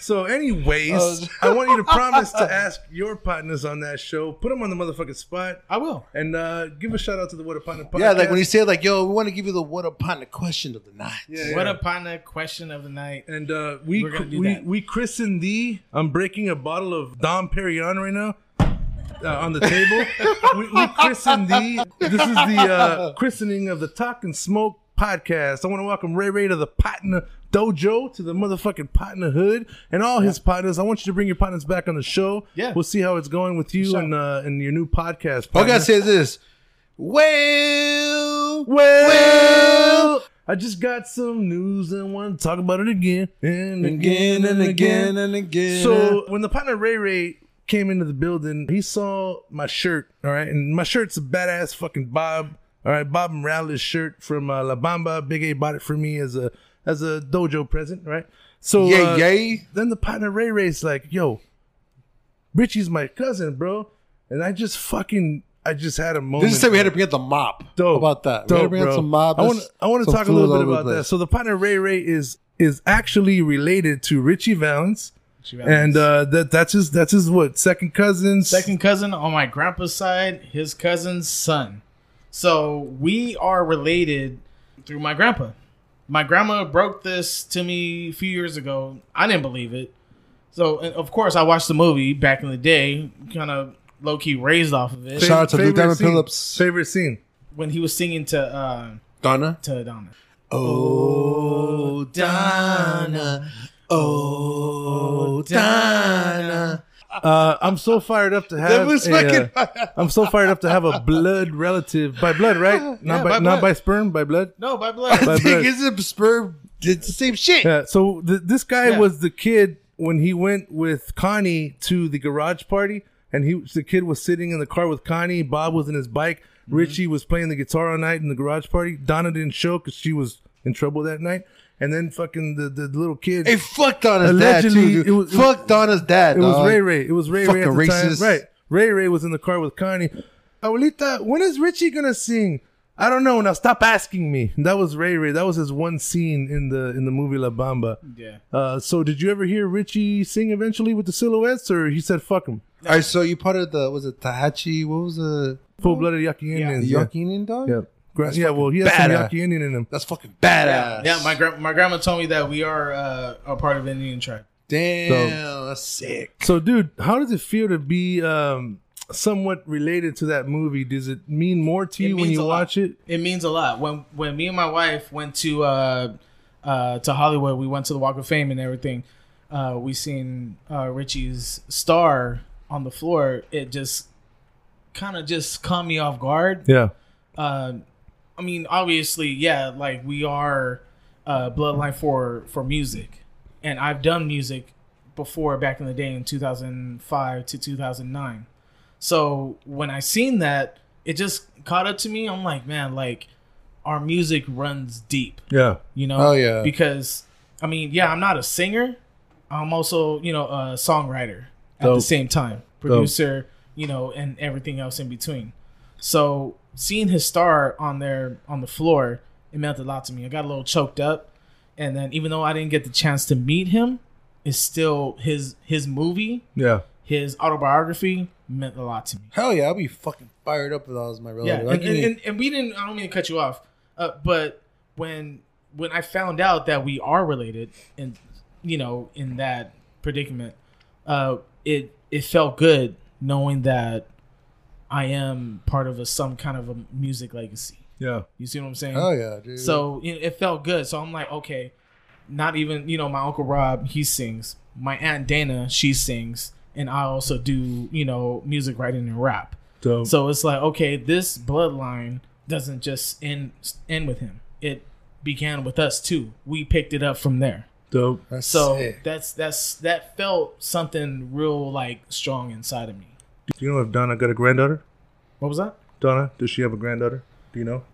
Speaker 3: so
Speaker 2: Oh,
Speaker 3: anyways, I want you to promise to ask your partners on that show, put them on the motherfucking spot,
Speaker 1: go. I will.
Speaker 3: and uh, give a shout out to the What a Partner podcast.
Speaker 2: Yeah, like when you say like, "Yo, we want to give you the what upon the question of the night."
Speaker 3: Yeah.
Speaker 1: What upon the question of the night?
Speaker 3: and uh, we
Speaker 1: We're gonna do
Speaker 3: we,
Speaker 1: that.
Speaker 3: we christened thee. I'm breaking a bottle of Dom Perignon right now. Uh, on the table, we, we christened thee. This is the uh, christening of the Talk and Smoke podcast. I want to welcome Ray Ray to the Patna Dojo, to the motherfucking Patna Hood, and all his partners. I want you to bring your partners back on the show.
Speaker 1: Yeah.
Speaker 3: we'll see how it's going with you and uh, and your new podcast.
Speaker 2: All I
Speaker 3: partner.
Speaker 2: gotta say is this. Well,
Speaker 3: Well, I just got some news and want to talk about it again and again and again.
Speaker 2: and again.
Speaker 3: So when the partner Ray Ray came into the building, he saw my shirt. All right, and my shirt's a badass fucking Bob. All right, Bob Morales shirt from uh, La Bamba. Big A bought it for me as a as a dojo present. Right. So
Speaker 2: yay,
Speaker 3: uh,
Speaker 2: yay.
Speaker 3: then the partner Ray Ray's like, "Yo, Richie's my cousin, bro," and I just fucking I just had a moment.
Speaker 2: This is say we had to bring up the mop.
Speaker 3: Dope.
Speaker 2: How about that? we
Speaker 3: Dope,
Speaker 2: had to bring up
Speaker 3: bro.
Speaker 2: some mop.
Speaker 3: I want to I want to
Speaker 2: some
Speaker 3: talk a
Speaker 2: fluid
Speaker 3: little
Speaker 2: all
Speaker 3: bit
Speaker 2: over the
Speaker 3: about that.
Speaker 2: place.
Speaker 3: So the partner Ray Ray is is actually related to Richie Valens, and uh, that that's his that's his what second cousins.
Speaker 1: Second cousin on my grandpa's side, his cousin's son. So we are related through my grandpa. My grandma broke this to me a few years ago. I didn't believe it. So, and of course, I watched the movie back in the day, kind of low key raised off of it
Speaker 3: Fav-
Speaker 2: Shout out to Lou
Speaker 3: favorite
Speaker 2: Diamond
Speaker 3: scene.
Speaker 2: Phillips.
Speaker 3: Favorite scene.
Speaker 1: when he was singing to uh,
Speaker 2: Donna.
Speaker 1: to Donna.
Speaker 2: Oh, Donna. Oh, Donna.
Speaker 3: Uh, I'm so fired up to have.
Speaker 2: That was
Speaker 3: a,
Speaker 2: fucking.
Speaker 3: uh, I'm so fired up to have a blood relative by blood, right? Not
Speaker 1: Yeah,
Speaker 3: by,
Speaker 1: by
Speaker 3: not
Speaker 1: blood.
Speaker 3: by sperm, by blood.
Speaker 1: No, by blood.
Speaker 3: By
Speaker 2: I
Speaker 3: blood.
Speaker 2: think it's a sperm. Did the same shit.
Speaker 3: Yeah. So th- this guy
Speaker 1: Yeah.
Speaker 3: was the kid when he went with Connie to the garage party, and he the kid was sitting in the car with Connie. Bob was in his bike. Richie was playing the guitar all night in the garage party. Donna didn't show because she was in trouble that night. And then fucking the, the little kid.
Speaker 2: Hey, fuck Donna's
Speaker 3: Allegedly,
Speaker 2: dad too. Dude.
Speaker 3: it was- it
Speaker 2: fuck Donna's dad.
Speaker 3: it was
Speaker 2: dog.
Speaker 3: Ray Ray. It was Ray Ray at the
Speaker 2: Fucking
Speaker 3: time.
Speaker 2: racist.
Speaker 3: Right. Ray Ray was in the car with Connie. Abuelita, when is Richie gonna sing? I don't know. Now stop asking me. That was Ray Ray. That was his one scene in the in the movie La Bamba.
Speaker 1: yeah.
Speaker 3: Uh, so did you ever hear Richie sing eventually with the silhouettes, or he said "fuck him"?
Speaker 2: All right, so you part of the was it Tahachi? What was the
Speaker 3: Full blooded Yaki Indians. Yeah.
Speaker 2: Yaki Indian dog?
Speaker 3: Yeah. Gra- yeah. Well, he has
Speaker 2: badass.
Speaker 3: some Yaki Indian in him.
Speaker 2: That's fucking badass.
Speaker 1: Yeah, my gra- my grandma told me that we are uh, a part of Indian tribe.
Speaker 2: damn, that's sick.
Speaker 3: So, dude, how does it feel to be um, somewhat related to that movie? Does it mean more to
Speaker 1: It
Speaker 3: you when
Speaker 1: means
Speaker 3: you
Speaker 1: a lot.
Speaker 3: watch it?
Speaker 1: It means a lot. When when me and my wife went to uh, uh, to Hollywood, we went to the Walk of Fame and everything. Uh, we seen uh, Richie's star on the floor. It just kind of just caught me off guard.
Speaker 3: Yeah.
Speaker 1: Uh, I mean, obviously, yeah, like we are uh, bloodline for for music, and I've done music before back in the day in 2005 to 2009. So when I seen that, it just caught up to me. I'm like, man, like our music runs deep,
Speaker 3: Yeah.
Speaker 1: you know?
Speaker 2: Oh, yeah.
Speaker 1: Because I mean, yeah, I'm not a singer. I'm also, you know, a songwriter at the
Speaker 3: Dope.
Speaker 1: same time, producer, you know, and everything else in between. So seeing his star on there on the floor, it meant a lot to me. I got a little choked up, and then even though I didn't get the chance to meet him, it's still his his movie,
Speaker 3: Yeah.
Speaker 1: his autobiography meant a lot to me.
Speaker 2: Hell yeah, I'll be fucking fired up if I was my relative.
Speaker 1: Yeah,
Speaker 2: Like,
Speaker 1: and,
Speaker 2: you
Speaker 1: and,
Speaker 2: mean-
Speaker 1: and, and we didn't. I don't mean to cut you off, uh, but when when I found out that we are related, and you know, in that predicament, uh, it it felt good knowing that I am part of a some kind of a music legacy.
Speaker 3: Yeah.
Speaker 1: You see what I'm saying?
Speaker 2: Oh yeah, dude.
Speaker 1: So you know, it felt good. So I'm like, okay, not even you know my uncle Rob he sings, my aunt Dana she sings, and I also do you know music writing and rap.
Speaker 3: So,
Speaker 1: So it's like, okay, this bloodline doesn't just end end with him. It began with us too. We picked it up from there.
Speaker 3: dope.
Speaker 2: That's
Speaker 1: So
Speaker 2: sick.
Speaker 1: that's that's that felt something real like strong inside of me.
Speaker 3: Do you know if Donna got a granddaughter?
Speaker 1: What was that?
Speaker 3: Donna, does she have a granddaughter? Do you know?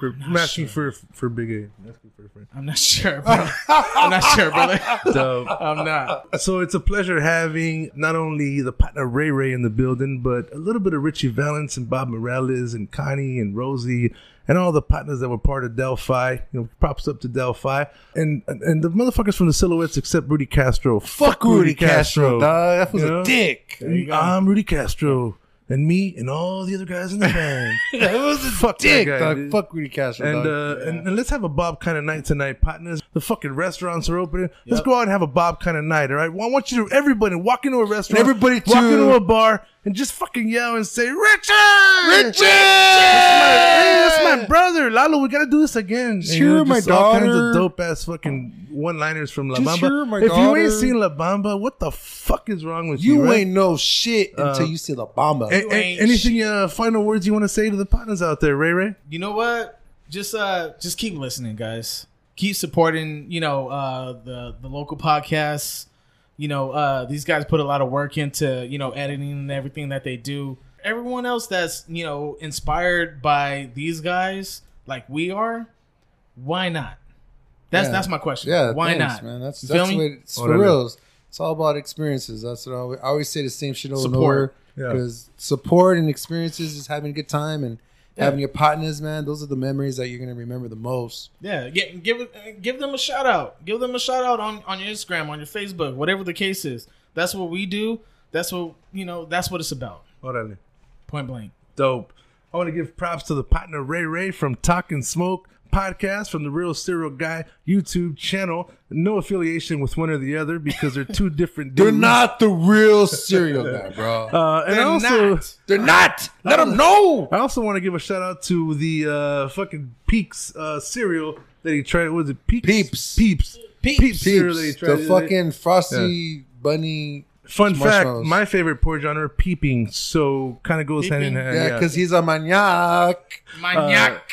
Speaker 3: For, I'm,
Speaker 1: not
Speaker 3: asking for for Big A. I'm asking for a friend.
Speaker 1: I'm not sure, bro. I'm not sure, brother.
Speaker 3: Dope.
Speaker 1: I'm not.
Speaker 3: So it's a pleasure having not only the partner Ray Ray in the building, but a little bit of Richie Valens and Bob Morales and Connie and Rosie and all the partners that were part of Delphi. You know, props up to Delphi and and, and the motherfuckers from the Silhouettes except Rudy Castro.
Speaker 2: fuck Rudy Castro, dog. That was
Speaker 3: You know?
Speaker 2: a dick.
Speaker 3: I'm Rudy Castro and me and all the other guys in the band.
Speaker 2: That was a
Speaker 3: Fuck that
Speaker 2: dick,
Speaker 3: guy,
Speaker 2: dog.
Speaker 3: dude.
Speaker 2: Fuck Rudy Castro,
Speaker 3: And,
Speaker 2: dog.
Speaker 3: uh, and and let's have a Bob kind of night tonight, partners. The fucking restaurants are opening. Let's go out and have a Bob kind of night, all right? Well, I want you to everybody walk into a restaurant,
Speaker 2: And everybody
Speaker 3: walk
Speaker 2: too.
Speaker 3: into a bar, and just fucking yell and say, "Richard,
Speaker 2: Richard!
Speaker 3: Hey, that's my brother, Lalo. We gotta do this again."
Speaker 2: Just
Speaker 3: And, you know,
Speaker 2: hear my
Speaker 3: just all kinds
Speaker 2: daughter.
Speaker 3: of dope ass fucking one liners from La
Speaker 2: Just
Speaker 3: Bamba.
Speaker 2: hear my
Speaker 3: if you
Speaker 2: daughter.
Speaker 3: ain't seen La Bamba, what the fuck is wrong with you?
Speaker 2: you
Speaker 3: right? Uh,
Speaker 2: ain't no shit until you see the bomber.
Speaker 3: A- a-
Speaker 1: ain't
Speaker 3: anything? Uh, final words you want to say to the partners out there, Ray Ray?
Speaker 1: You know what? Just uh, just keep listening, guys. Keep supporting. You know uh, the the local podcasts. You know uh, these guys put a lot of work into you know editing and everything that they do. Everyone else that's you know inspired by these guys, like we are, why not? That's
Speaker 2: Yeah.
Speaker 1: that's my question.
Speaker 2: Yeah,
Speaker 1: why
Speaker 2: thanks,
Speaker 1: not,
Speaker 2: man? That's
Speaker 1: You feel
Speaker 2: that's
Speaker 1: me?
Speaker 2: what it's
Speaker 3: Whatever.
Speaker 2: for reals. It's all about experiences. That's what I always, I always say. The same shit over
Speaker 1: Support.
Speaker 2: and over
Speaker 3: Yeah.
Speaker 2: because support and experiences is having a good time and having your partners, man. Those are the memories that you're gonna remember the most.
Speaker 1: Yeah, get, give it- give them a shout out. Give them a shout out on on your Instagram, on your Facebook, whatever the case is. That's what we do. That's what you know. That's what it's about.
Speaker 3: Órale.
Speaker 1: Point blank.
Speaker 3: dope. I want to give props to the partner Ray Ray from Talkin' Smoke podcast from the Real Serial Guy YouTube channel. No affiliation with one or the other because they're two different.
Speaker 2: They're
Speaker 3: dudes.
Speaker 2: not the real serial guy, bro.
Speaker 3: Uh, and I also,
Speaker 2: They're not. Let them know.
Speaker 3: I also want to give a shout out to the uh, fucking Peaks uh, cereal that he tried. Was it Peaks?
Speaker 2: Peeps.
Speaker 3: Peeps.
Speaker 1: Peeps.
Speaker 3: cereal that he
Speaker 2: Peeps,
Speaker 3: tried.
Speaker 2: the fucking frosty bunny.
Speaker 3: Fun fact:
Speaker 2: marshmallows.
Speaker 3: my favorite porn genre, peeping. So kind of goes hand in hand.
Speaker 2: Yeah, because he's a maniac.
Speaker 1: Maniac.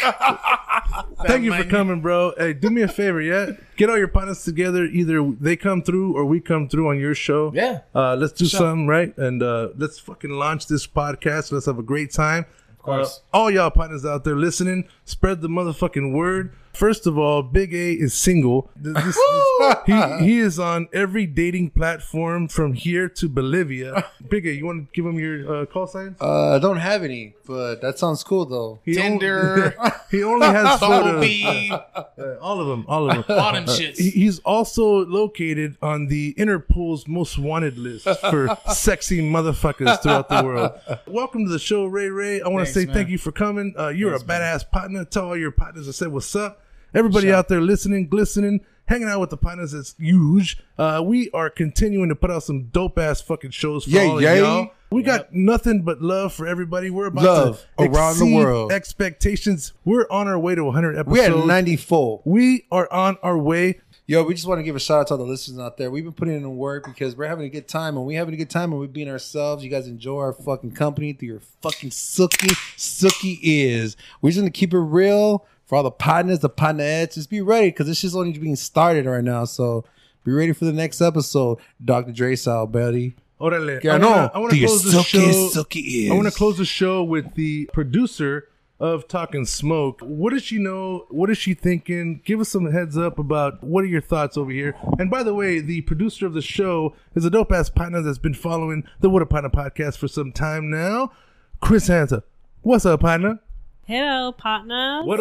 Speaker 3: Thank you for coming, bro. Hey, do me a favor, yeah? Get all your partners together. Either they come through or we come through on your show.
Speaker 1: Yeah.
Speaker 3: Uh, let's do something, right? And uh, let's fucking launch this podcast. Let's have a great time. Of
Speaker 1: course.
Speaker 3: all y'all partners out there listening, spread the motherfucking word. First of all, Big A is single. This- this- this- he, he is on every dating platform from here to Bolivia. Big A, you want to give him your uh, call signs?
Speaker 2: Uh, I don't have any, but that sounds cool though.
Speaker 3: He only-
Speaker 1: Tinder.
Speaker 3: he only has photos.
Speaker 1: Bumblebee.
Speaker 3: Uh, all of them. All of them.
Speaker 1: All them shits.
Speaker 3: He- He's also located on the Interpol's most wanted list for sexy motherfuckers throughout the world. Welcome to the show, Ray Ray. I want
Speaker 1: Thanks,
Speaker 3: to say
Speaker 1: man.
Speaker 3: thank you for coming. Uh, you're a badass partner. Tell all your partners I said what's up. Everybody out there listening, glistening, hanging out with the partners is huge. Uh, we are continuing to put out some dope ass fucking shows for
Speaker 2: Yeah,
Speaker 3: all
Speaker 2: yeah.
Speaker 3: of y'all. We got nothing but love for everybody. We're about
Speaker 2: Love
Speaker 3: to
Speaker 2: around the
Speaker 3: exceed
Speaker 2: world.
Speaker 3: expectations. We're on our way to 100 episodes.
Speaker 2: We had 94.
Speaker 3: We are on our way.
Speaker 2: Yo, we just want to give a shout out to all the listeners out there. We've been putting in work because we're having a good time, and we're having a good time, and we're being ourselves. You guys enjoy our fucking company through your fucking sucky, sucky ears. We're just gonna keep it real for all the partners, the partnerettes. Just be ready because this shit's only being started right now. So be ready for the next episode, Dr. Dre style, buddy.
Speaker 3: Órale.
Speaker 2: Yeah, I
Speaker 3: wanna-
Speaker 2: know.
Speaker 3: I
Speaker 2: Through
Speaker 3: want to
Speaker 2: your
Speaker 3: close the show.
Speaker 2: silky, silky ears.
Speaker 3: I want to close the show with the producer of Talking Smoke. What does she know? What is she thinking? Give us some heads up about what are your thoughts over here. And by the way, the producer of the show is a dope ass partner that's been following the What a Partner podcast for some time now, Chris Hansa. What's up, partner?
Speaker 6: Hello, partner.
Speaker 3: What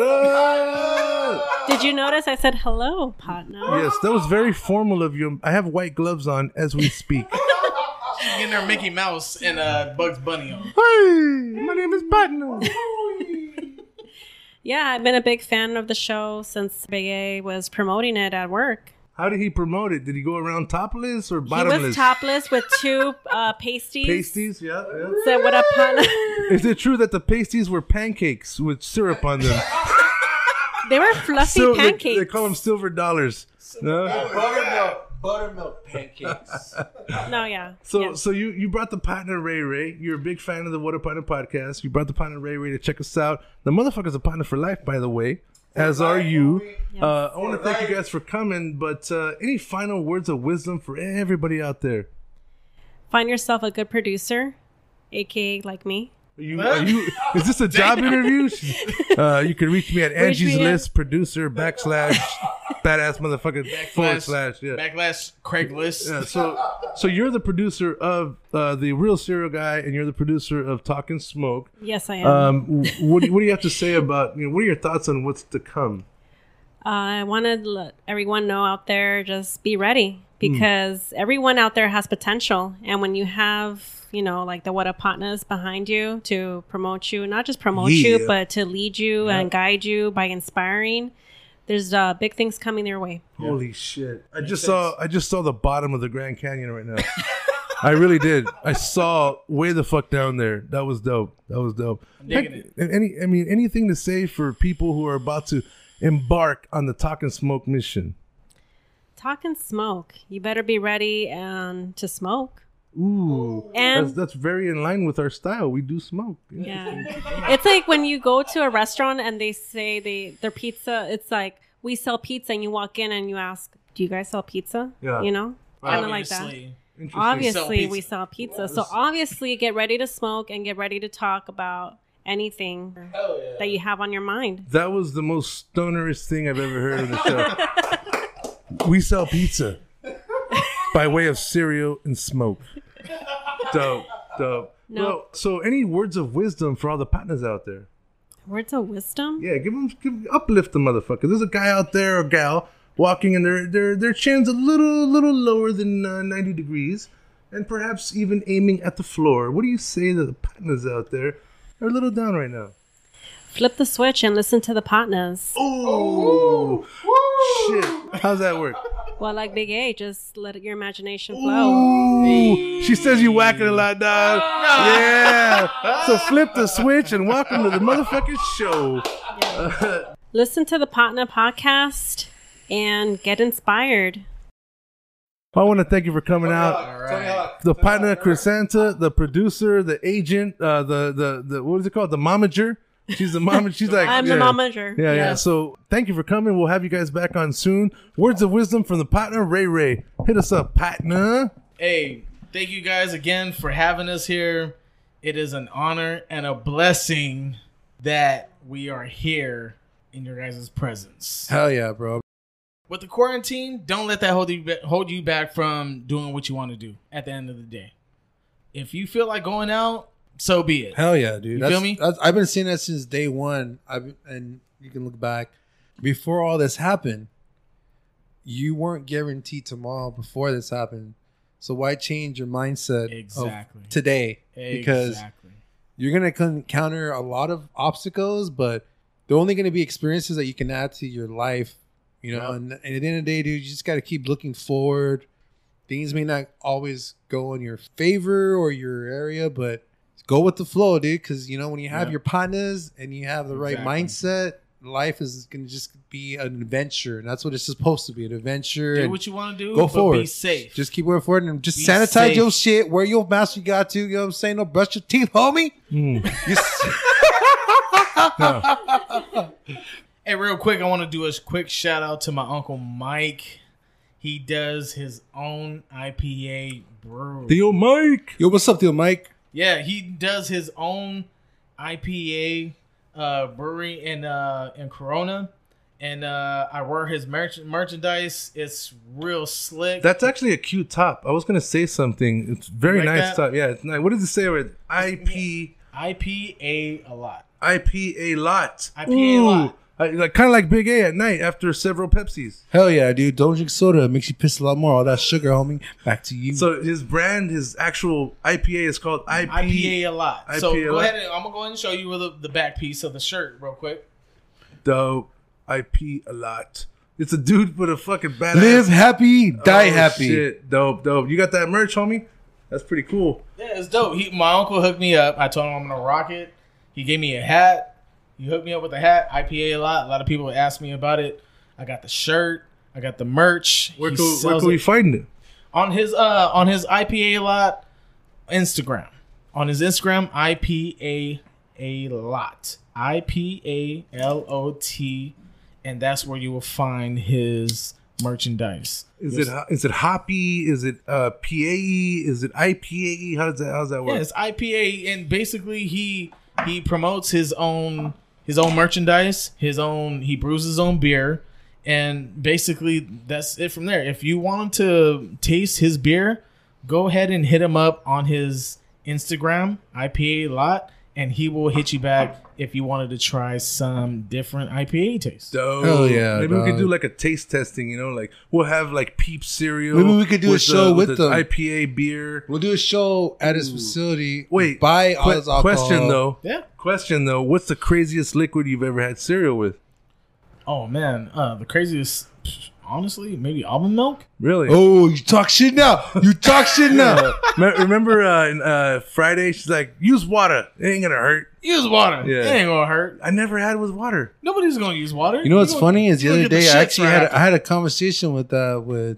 Speaker 3: up?
Speaker 6: Did you notice I said hello, partner?
Speaker 3: yes, that was very formal of you. I have white gloves on as we speak.
Speaker 1: Getting their Mickey Mouse and uh, Bugs Bunny on.
Speaker 3: hey, my name is Partner.
Speaker 6: Yeah, I've been a big fan of the show since Big A was promoting it at work.
Speaker 3: How did he promote it? Did he go around topless or
Speaker 6: He
Speaker 3: bottomless?
Speaker 6: was topless with two uh, pasties.
Speaker 3: pasties, yeah. yeah.
Speaker 6: Said what up, partner?
Speaker 3: Is it true that the pasties were pancakes with syrup on them?
Speaker 6: they were fluffy
Speaker 3: Sil- they-
Speaker 6: pancakes.
Speaker 3: They, call them silver dollars. No?
Speaker 7: Buttermilk, buttermilk pancakes.
Speaker 6: no, yeah.
Speaker 3: So,
Speaker 6: yeah.
Speaker 3: so you you brought the partner Ray Ray. You're a big fan of the What a Partner podcast. You brought the partner Ray Ray to check us out. The motherfucker's a partner for life, by the way. As are you. Uh, I want to thank you guys for coming. But uh, any final words of wisdom for everybody out there?
Speaker 6: Find yourself a good producer, aka like me.
Speaker 3: Are you, are you, is this a job interview? Uh, you can reach me at Angie's
Speaker 6: me at-
Speaker 3: List producer backslash badass motherfucker forward slash yeah.
Speaker 1: Backlash Craigslist.
Speaker 3: Yeah, so so you're the producer of uh, the real serial guy, and you're the producer of Talking Smoke.
Speaker 6: Yes, I am.
Speaker 3: Um, w- what do you, what do you have to say about you know, what are your thoughts on what's to come?
Speaker 6: I want to let everyone know out there just be
Speaker 3: Hmm.
Speaker 6: ready because everyone out there has potential. And when you have, you know, like the What Up Partners behind you to promote you, not just promote
Speaker 3: Yeah.
Speaker 6: you, but to lead you and guide you by inspiring, there's uh, big things coming their way.
Speaker 3: Holy shit! I just saw I just saw the bottom of the Grand Canyon right now. I really did. I saw way the fuck down there. That was dope. That was dope.
Speaker 1: digging
Speaker 3: Heck, Any I mean anything to say for people who are about to embark on the Talking Smoke mission?
Speaker 6: Talk and smoke. You better be ready and to smoke.
Speaker 3: Ooh,
Speaker 6: And-
Speaker 3: that's, that's very in line with our style. We do smoke.
Speaker 6: Yeah. it's like when you go to a restaurant and they say they their pizza, it's like we sell pizza and you walk in and you ask, Do you guys sell pizza?
Speaker 3: Yeah.
Speaker 6: You know? Kind of like that.
Speaker 1: Obviously.
Speaker 6: Obviously,
Speaker 1: Sell
Speaker 6: we
Speaker 1: pizza.
Speaker 6: sell pizza. So obviously, get ready to smoke and get ready to talk about anything that you have on your mind.
Speaker 3: That was the most stonerest thing I've ever heard on the show. we sell pizza by way of cereal and smoke. Dope, dope.
Speaker 6: No.
Speaker 3: Well, so any words of wisdom for all the partners out there?
Speaker 6: Words of wisdom.
Speaker 3: Yeah, give them, give, uplift the motherfucker. There's a guy out there or gal walking, and their their their chin's a little little lower than uh, 90 degrees, and perhaps even aiming at the floor. What do you say to the partners out there? They're a little down right now.
Speaker 6: Flip the switch and listen to the partners.
Speaker 3: Oh, shit! How's that work?
Speaker 6: Well, like Big A, just let your imagination flow.
Speaker 3: Ooh, she says you whacking a lot, dog. Yeah. So flip the switch and welcome to the motherfucking show.
Speaker 6: Listen to the Partner podcast and get inspired.
Speaker 3: I want to thank you for coming out. The partner, Crescenta, the producer, the agent, uh, the, the the what is it called? The momager. She's the mom. She's like
Speaker 6: I'm
Speaker 3: yeah.
Speaker 6: the momager.
Speaker 3: Yeah, yeah. So thank you for coming. We'll have you guys back on soon. Words of wisdom from the partner, Ray Ray. Hit us up, partner.
Speaker 1: Hey, thank you guys again for having us here. It is an honor and a blessing that we are here in your guys' presence.
Speaker 2: Hell yeah, bro.
Speaker 1: With the quarantine, don't let that hold you ba- hold you back from doing what you want to do. At the end of the day, if you feel like going out, so be it.
Speaker 2: Hell yeah, dude.
Speaker 1: You
Speaker 2: that's,
Speaker 1: feel me?
Speaker 2: That's, I've been seeing that since day one. I've been- and you can look back before all this happened. You weren't guaranteed tomorrow before this happened, so why change your mindset of
Speaker 3: Oh,
Speaker 1: Exactly.
Speaker 2: today? Because
Speaker 1: exactly.
Speaker 2: you're gonna con- encounter a lot of obstacles, but they're only gonna be experiences that you can add to your life. You know, and, and at the end of the day, dude, you just gotta keep looking forward. Things may not always go in your favor or your area, but go with the flow, dude. Because you know when you have
Speaker 1: Yeah.
Speaker 2: your partners and you have the right
Speaker 1: Exactly.
Speaker 2: mindset, life is gonna just be an adventure, and that's what it's supposed to be—an adventure.
Speaker 1: do
Speaker 2: and
Speaker 1: what you want to do.
Speaker 2: go
Speaker 1: but
Speaker 2: forward.
Speaker 1: Be safe.
Speaker 2: Just keep working forward and just
Speaker 1: Be
Speaker 2: sanitize
Speaker 1: safe.
Speaker 2: your shit. Wear your mask. You got to. You know what I'm saying? Don't brush your teeth, homie. You s-
Speaker 1: Hey, real quick, I want to do a quick shout out to my uncle Mike. He does his own IPA brew.
Speaker 3: The old Mike.
Speaker 2: Yo, what's up, dude, Mike?
Speaker 1: yeah, he does his own IPA uh, brewery in uh, in Corona, and uh, I wear his merch- merchandise. It's real slick.
Speaker 3: That's actually a cute top. I was gonna say something. It's very
Speaker 1: Like that?
Speaker 3: nice top. Yeah, it's nice. What does it say? With IP
Speaker 1: IPA a lot.
Speaker 3: IPA lot.
Speaker 1: IPA lot.
Speaker 3: I, like kind of like Big A at night after several Pepsis.
Speaker 2: Hell yeah, dude. Don't drink soda. It makes you piss a lot more. All that sugar, homie. Back to you.
Speaker 3: So his brand, his actual IPA is called IP.
Speaker 1: IPA a lot. so
Speaker 3: IPA a
Speaker 1: go
Speaker 3: lot.
Speaker 1: ahead. And, I'm gonna go ahead and show you the, the back piece of the shirt real quick.
Speaker 3: Dope. IP a lot. It's a dude with a fucking badass.
Speaker 2: Live happy, die
Speaker 3: Oh,
Speaker 2: happy.
Speaker 3: Shit, dope, dope. You got that merch, homie? That's pretty cool.
Speaker 1: Yeah, it's dope. He, my uncle hooked me up. I told him I'm gonna rock it. He gave me a hat. He hooked me up with a hat. IPA a lot. A lot of people asked me about it. I got the shirt. I got the merch.
Speaker 3: Where
Speaker 1: He
Speaker 3: can, where
Speaker 1: sells
Speaker 3: can we
Speaker 1: it.
Speaker 3: find it?
Speaker 1: on his uh on his IPA lot Instagram. On his Instagram, IPA a lot. I P A L O T, and that's where you will find his merchandise.
Speaker 3: Is it ho- is it hoppy? Is it uh, PAE? Is it IPAE? E? How does that how's that work?
Speaker 1: Yeah, it's IPA, and basically he he promotes his own his own merchandise, his own he brews his own beer, and basically that's it from there. If you want to taste his beer, go ahead and hit him up on his Instagram IPA lot, and he will hit you back if you wanted to try some different IPA taste.
Speaker 3: Dope.
Speaker 2: Hell yeah,
Speaker 3: Maybe we could
Speaker 2: dog.
Speaker 3: do like a taste testing. You know, like we'll have like peep cereal. uh,
Speaker 2: Maybe we could do a show
Speaker 3: the-
Speaker 2: with
Speaker 3: the
Speaker 2: them.
Speaker 3: IPA beer.
Speaker 2: We'll do a show at his facility.
Speaker 3: Wait,
Speaker 2: buy all
Speaker 3: que-
Speaker 2: his alcohol.
Speaker 3: question though.
Speaker 1: Yeah.
Speaker 3: Question though. What's the craziest liquid you've ever had cereal with?
Speaker 1: Oh man, uh, the craziest. Honestly, maybe almond milk.
Speaker 3: Really?
Speaker 2: Oh, you talk shit now. You talk shit now.
Speaker 3: Me- remember uh, in, uh, Friday? She's like, use water. It ain't gonna hurt.
Speaker 1: Use water.
Speaker 3: Yeah.
Speaker 1: It ain't gonna hurt.
Speaker 3: I never had it with water.
Speaker 1: Nobody's gonna use water.
Speaker 2: You know what's
Speaker 1: You're gonna-
Speaker 2: funny is the
Speaker 1: you're
Speaker 2: other
Speaker 1: gonna get
Speaker 2: day
Speaker 1: shits
Speaker 2: I actually
Speaker 1: right
Speaker 2: had
Speaker 1: after.
Speaker 2: I had a conversation with uh with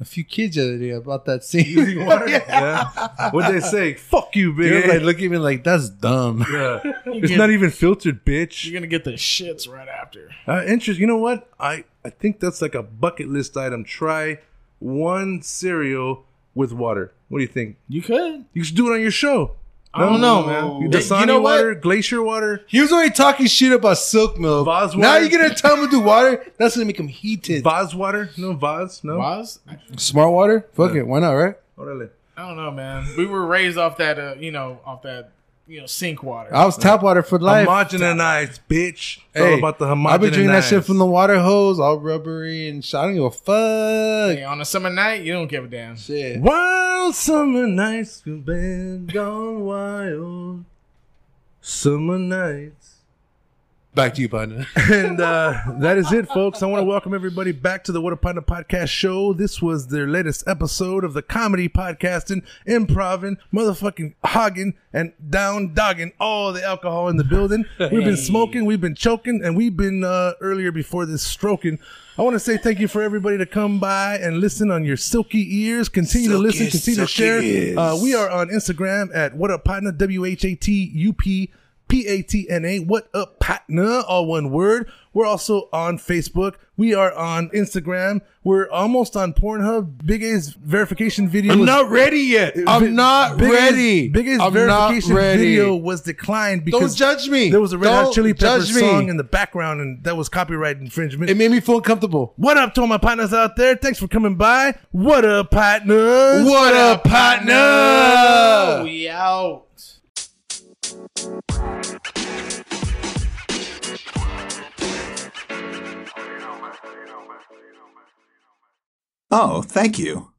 Speaker 2: a few kids the other day about that same
Speaker 3: Using water. yeah. What'd they say? Fuck you,
Speaker 2: They
Speaker 3: big.
Speaker 2: were like looking at me like that's dumb.
Speaker 3: yeah. It's
Speaker 1: get-
Speaker 3: not even filtered, bitch.
Speaker 1: You're gonna get the shits right after.
Speaker 3: Uh, interest. You know what? I I think that's like a bucket list item. Try one cereal with water. What do you think?
Speaker 1: You could. Oh.
Speaker 3: You should do it on your show.
Speaker 1: I don't know,
Speaker 3: You
Speaker 1: man.
Speaker 3: Dasani
Speaker 1: you know
Speaker 3: water,
Speaker 1: what?
Speaker 3: glacier water,
Speaker 2: He was already talking shit about silk milk.
Speaker 3: Vaz
Speaker 2: Now
Speaker 3: water.
Speaker 2: you're gonna tell him to do water. That's gonna make him heated.
Speaker 3: Vaz water. No Vaz. No.
Speaker 1: Boz? I,
Speaker 2: Smart water. Fuck it. Why not? Right.
Speaker 3: Órale.
Speaker 1: I don't know, man. We were raised off that, uh, you know, off that, you know, sink water.
Speaker 2: I was tap water for life. Oh,
Speaker 3: Homogenized, bitch. It's all about the homogenized.
Speaker 2: I've been drinking that shit from the water hose, all rubbery and shit. I don't give a fuck.
Speaker 1: Hey, on a summer night, you don't give a damn.
Speaker 2: Shit.
Speaker 3: Wild summer nights, we've been gone wild. Summer nights.
Speaker 2: Back to you, partner.
Speaker 3: and uh, that is it, folks. I want to welcome everybody back to the What a Partner Podcast Show. This was their latest episode of the comedy podcasting, improving, motherfucking hogging, and down dogging all the alcohol in the building. We've been smoking, we've been choking, and we've been uh, earlier before this stroking. I want to say thank you for everybody to come by and listen on your silky ears. Continue to listen, continue to share. Uh, we are on Instagram at What a Partner, W H A T U P. P A T N A, what up, partner? All one word. We're also on Facebook. We are on Instagram. We're almost on Pornhub. Big A's verification video. was-
Speaker 2: ready yet.
Speaker 3: Big-
Speaker 2: I'm not
Speaker 3: Big A's-
Speaker 2: ready.
Speaker 3: Big A's
Speaker 2: I'm
Speaker 3: verification
Speaker 2: not ready.
Speaker 3: video was declined because
Speaker 2: Don't judge me.
Speaker 3: there was a Red
Speaker 2: Don't
Speaker 3: Hot Chili Peppers
Speaker 2: judge me.
Speaker 3: song in the background, and that was copyright infringement.
Speaker 2: It made me feel uncomfortable.
Speaker 3: what up to all my partners out there? Thanks for coming by. What up, partners?
Speaker 2: What a partner!
Speaker 1: We out.
Speaker 8: Oh, thank you.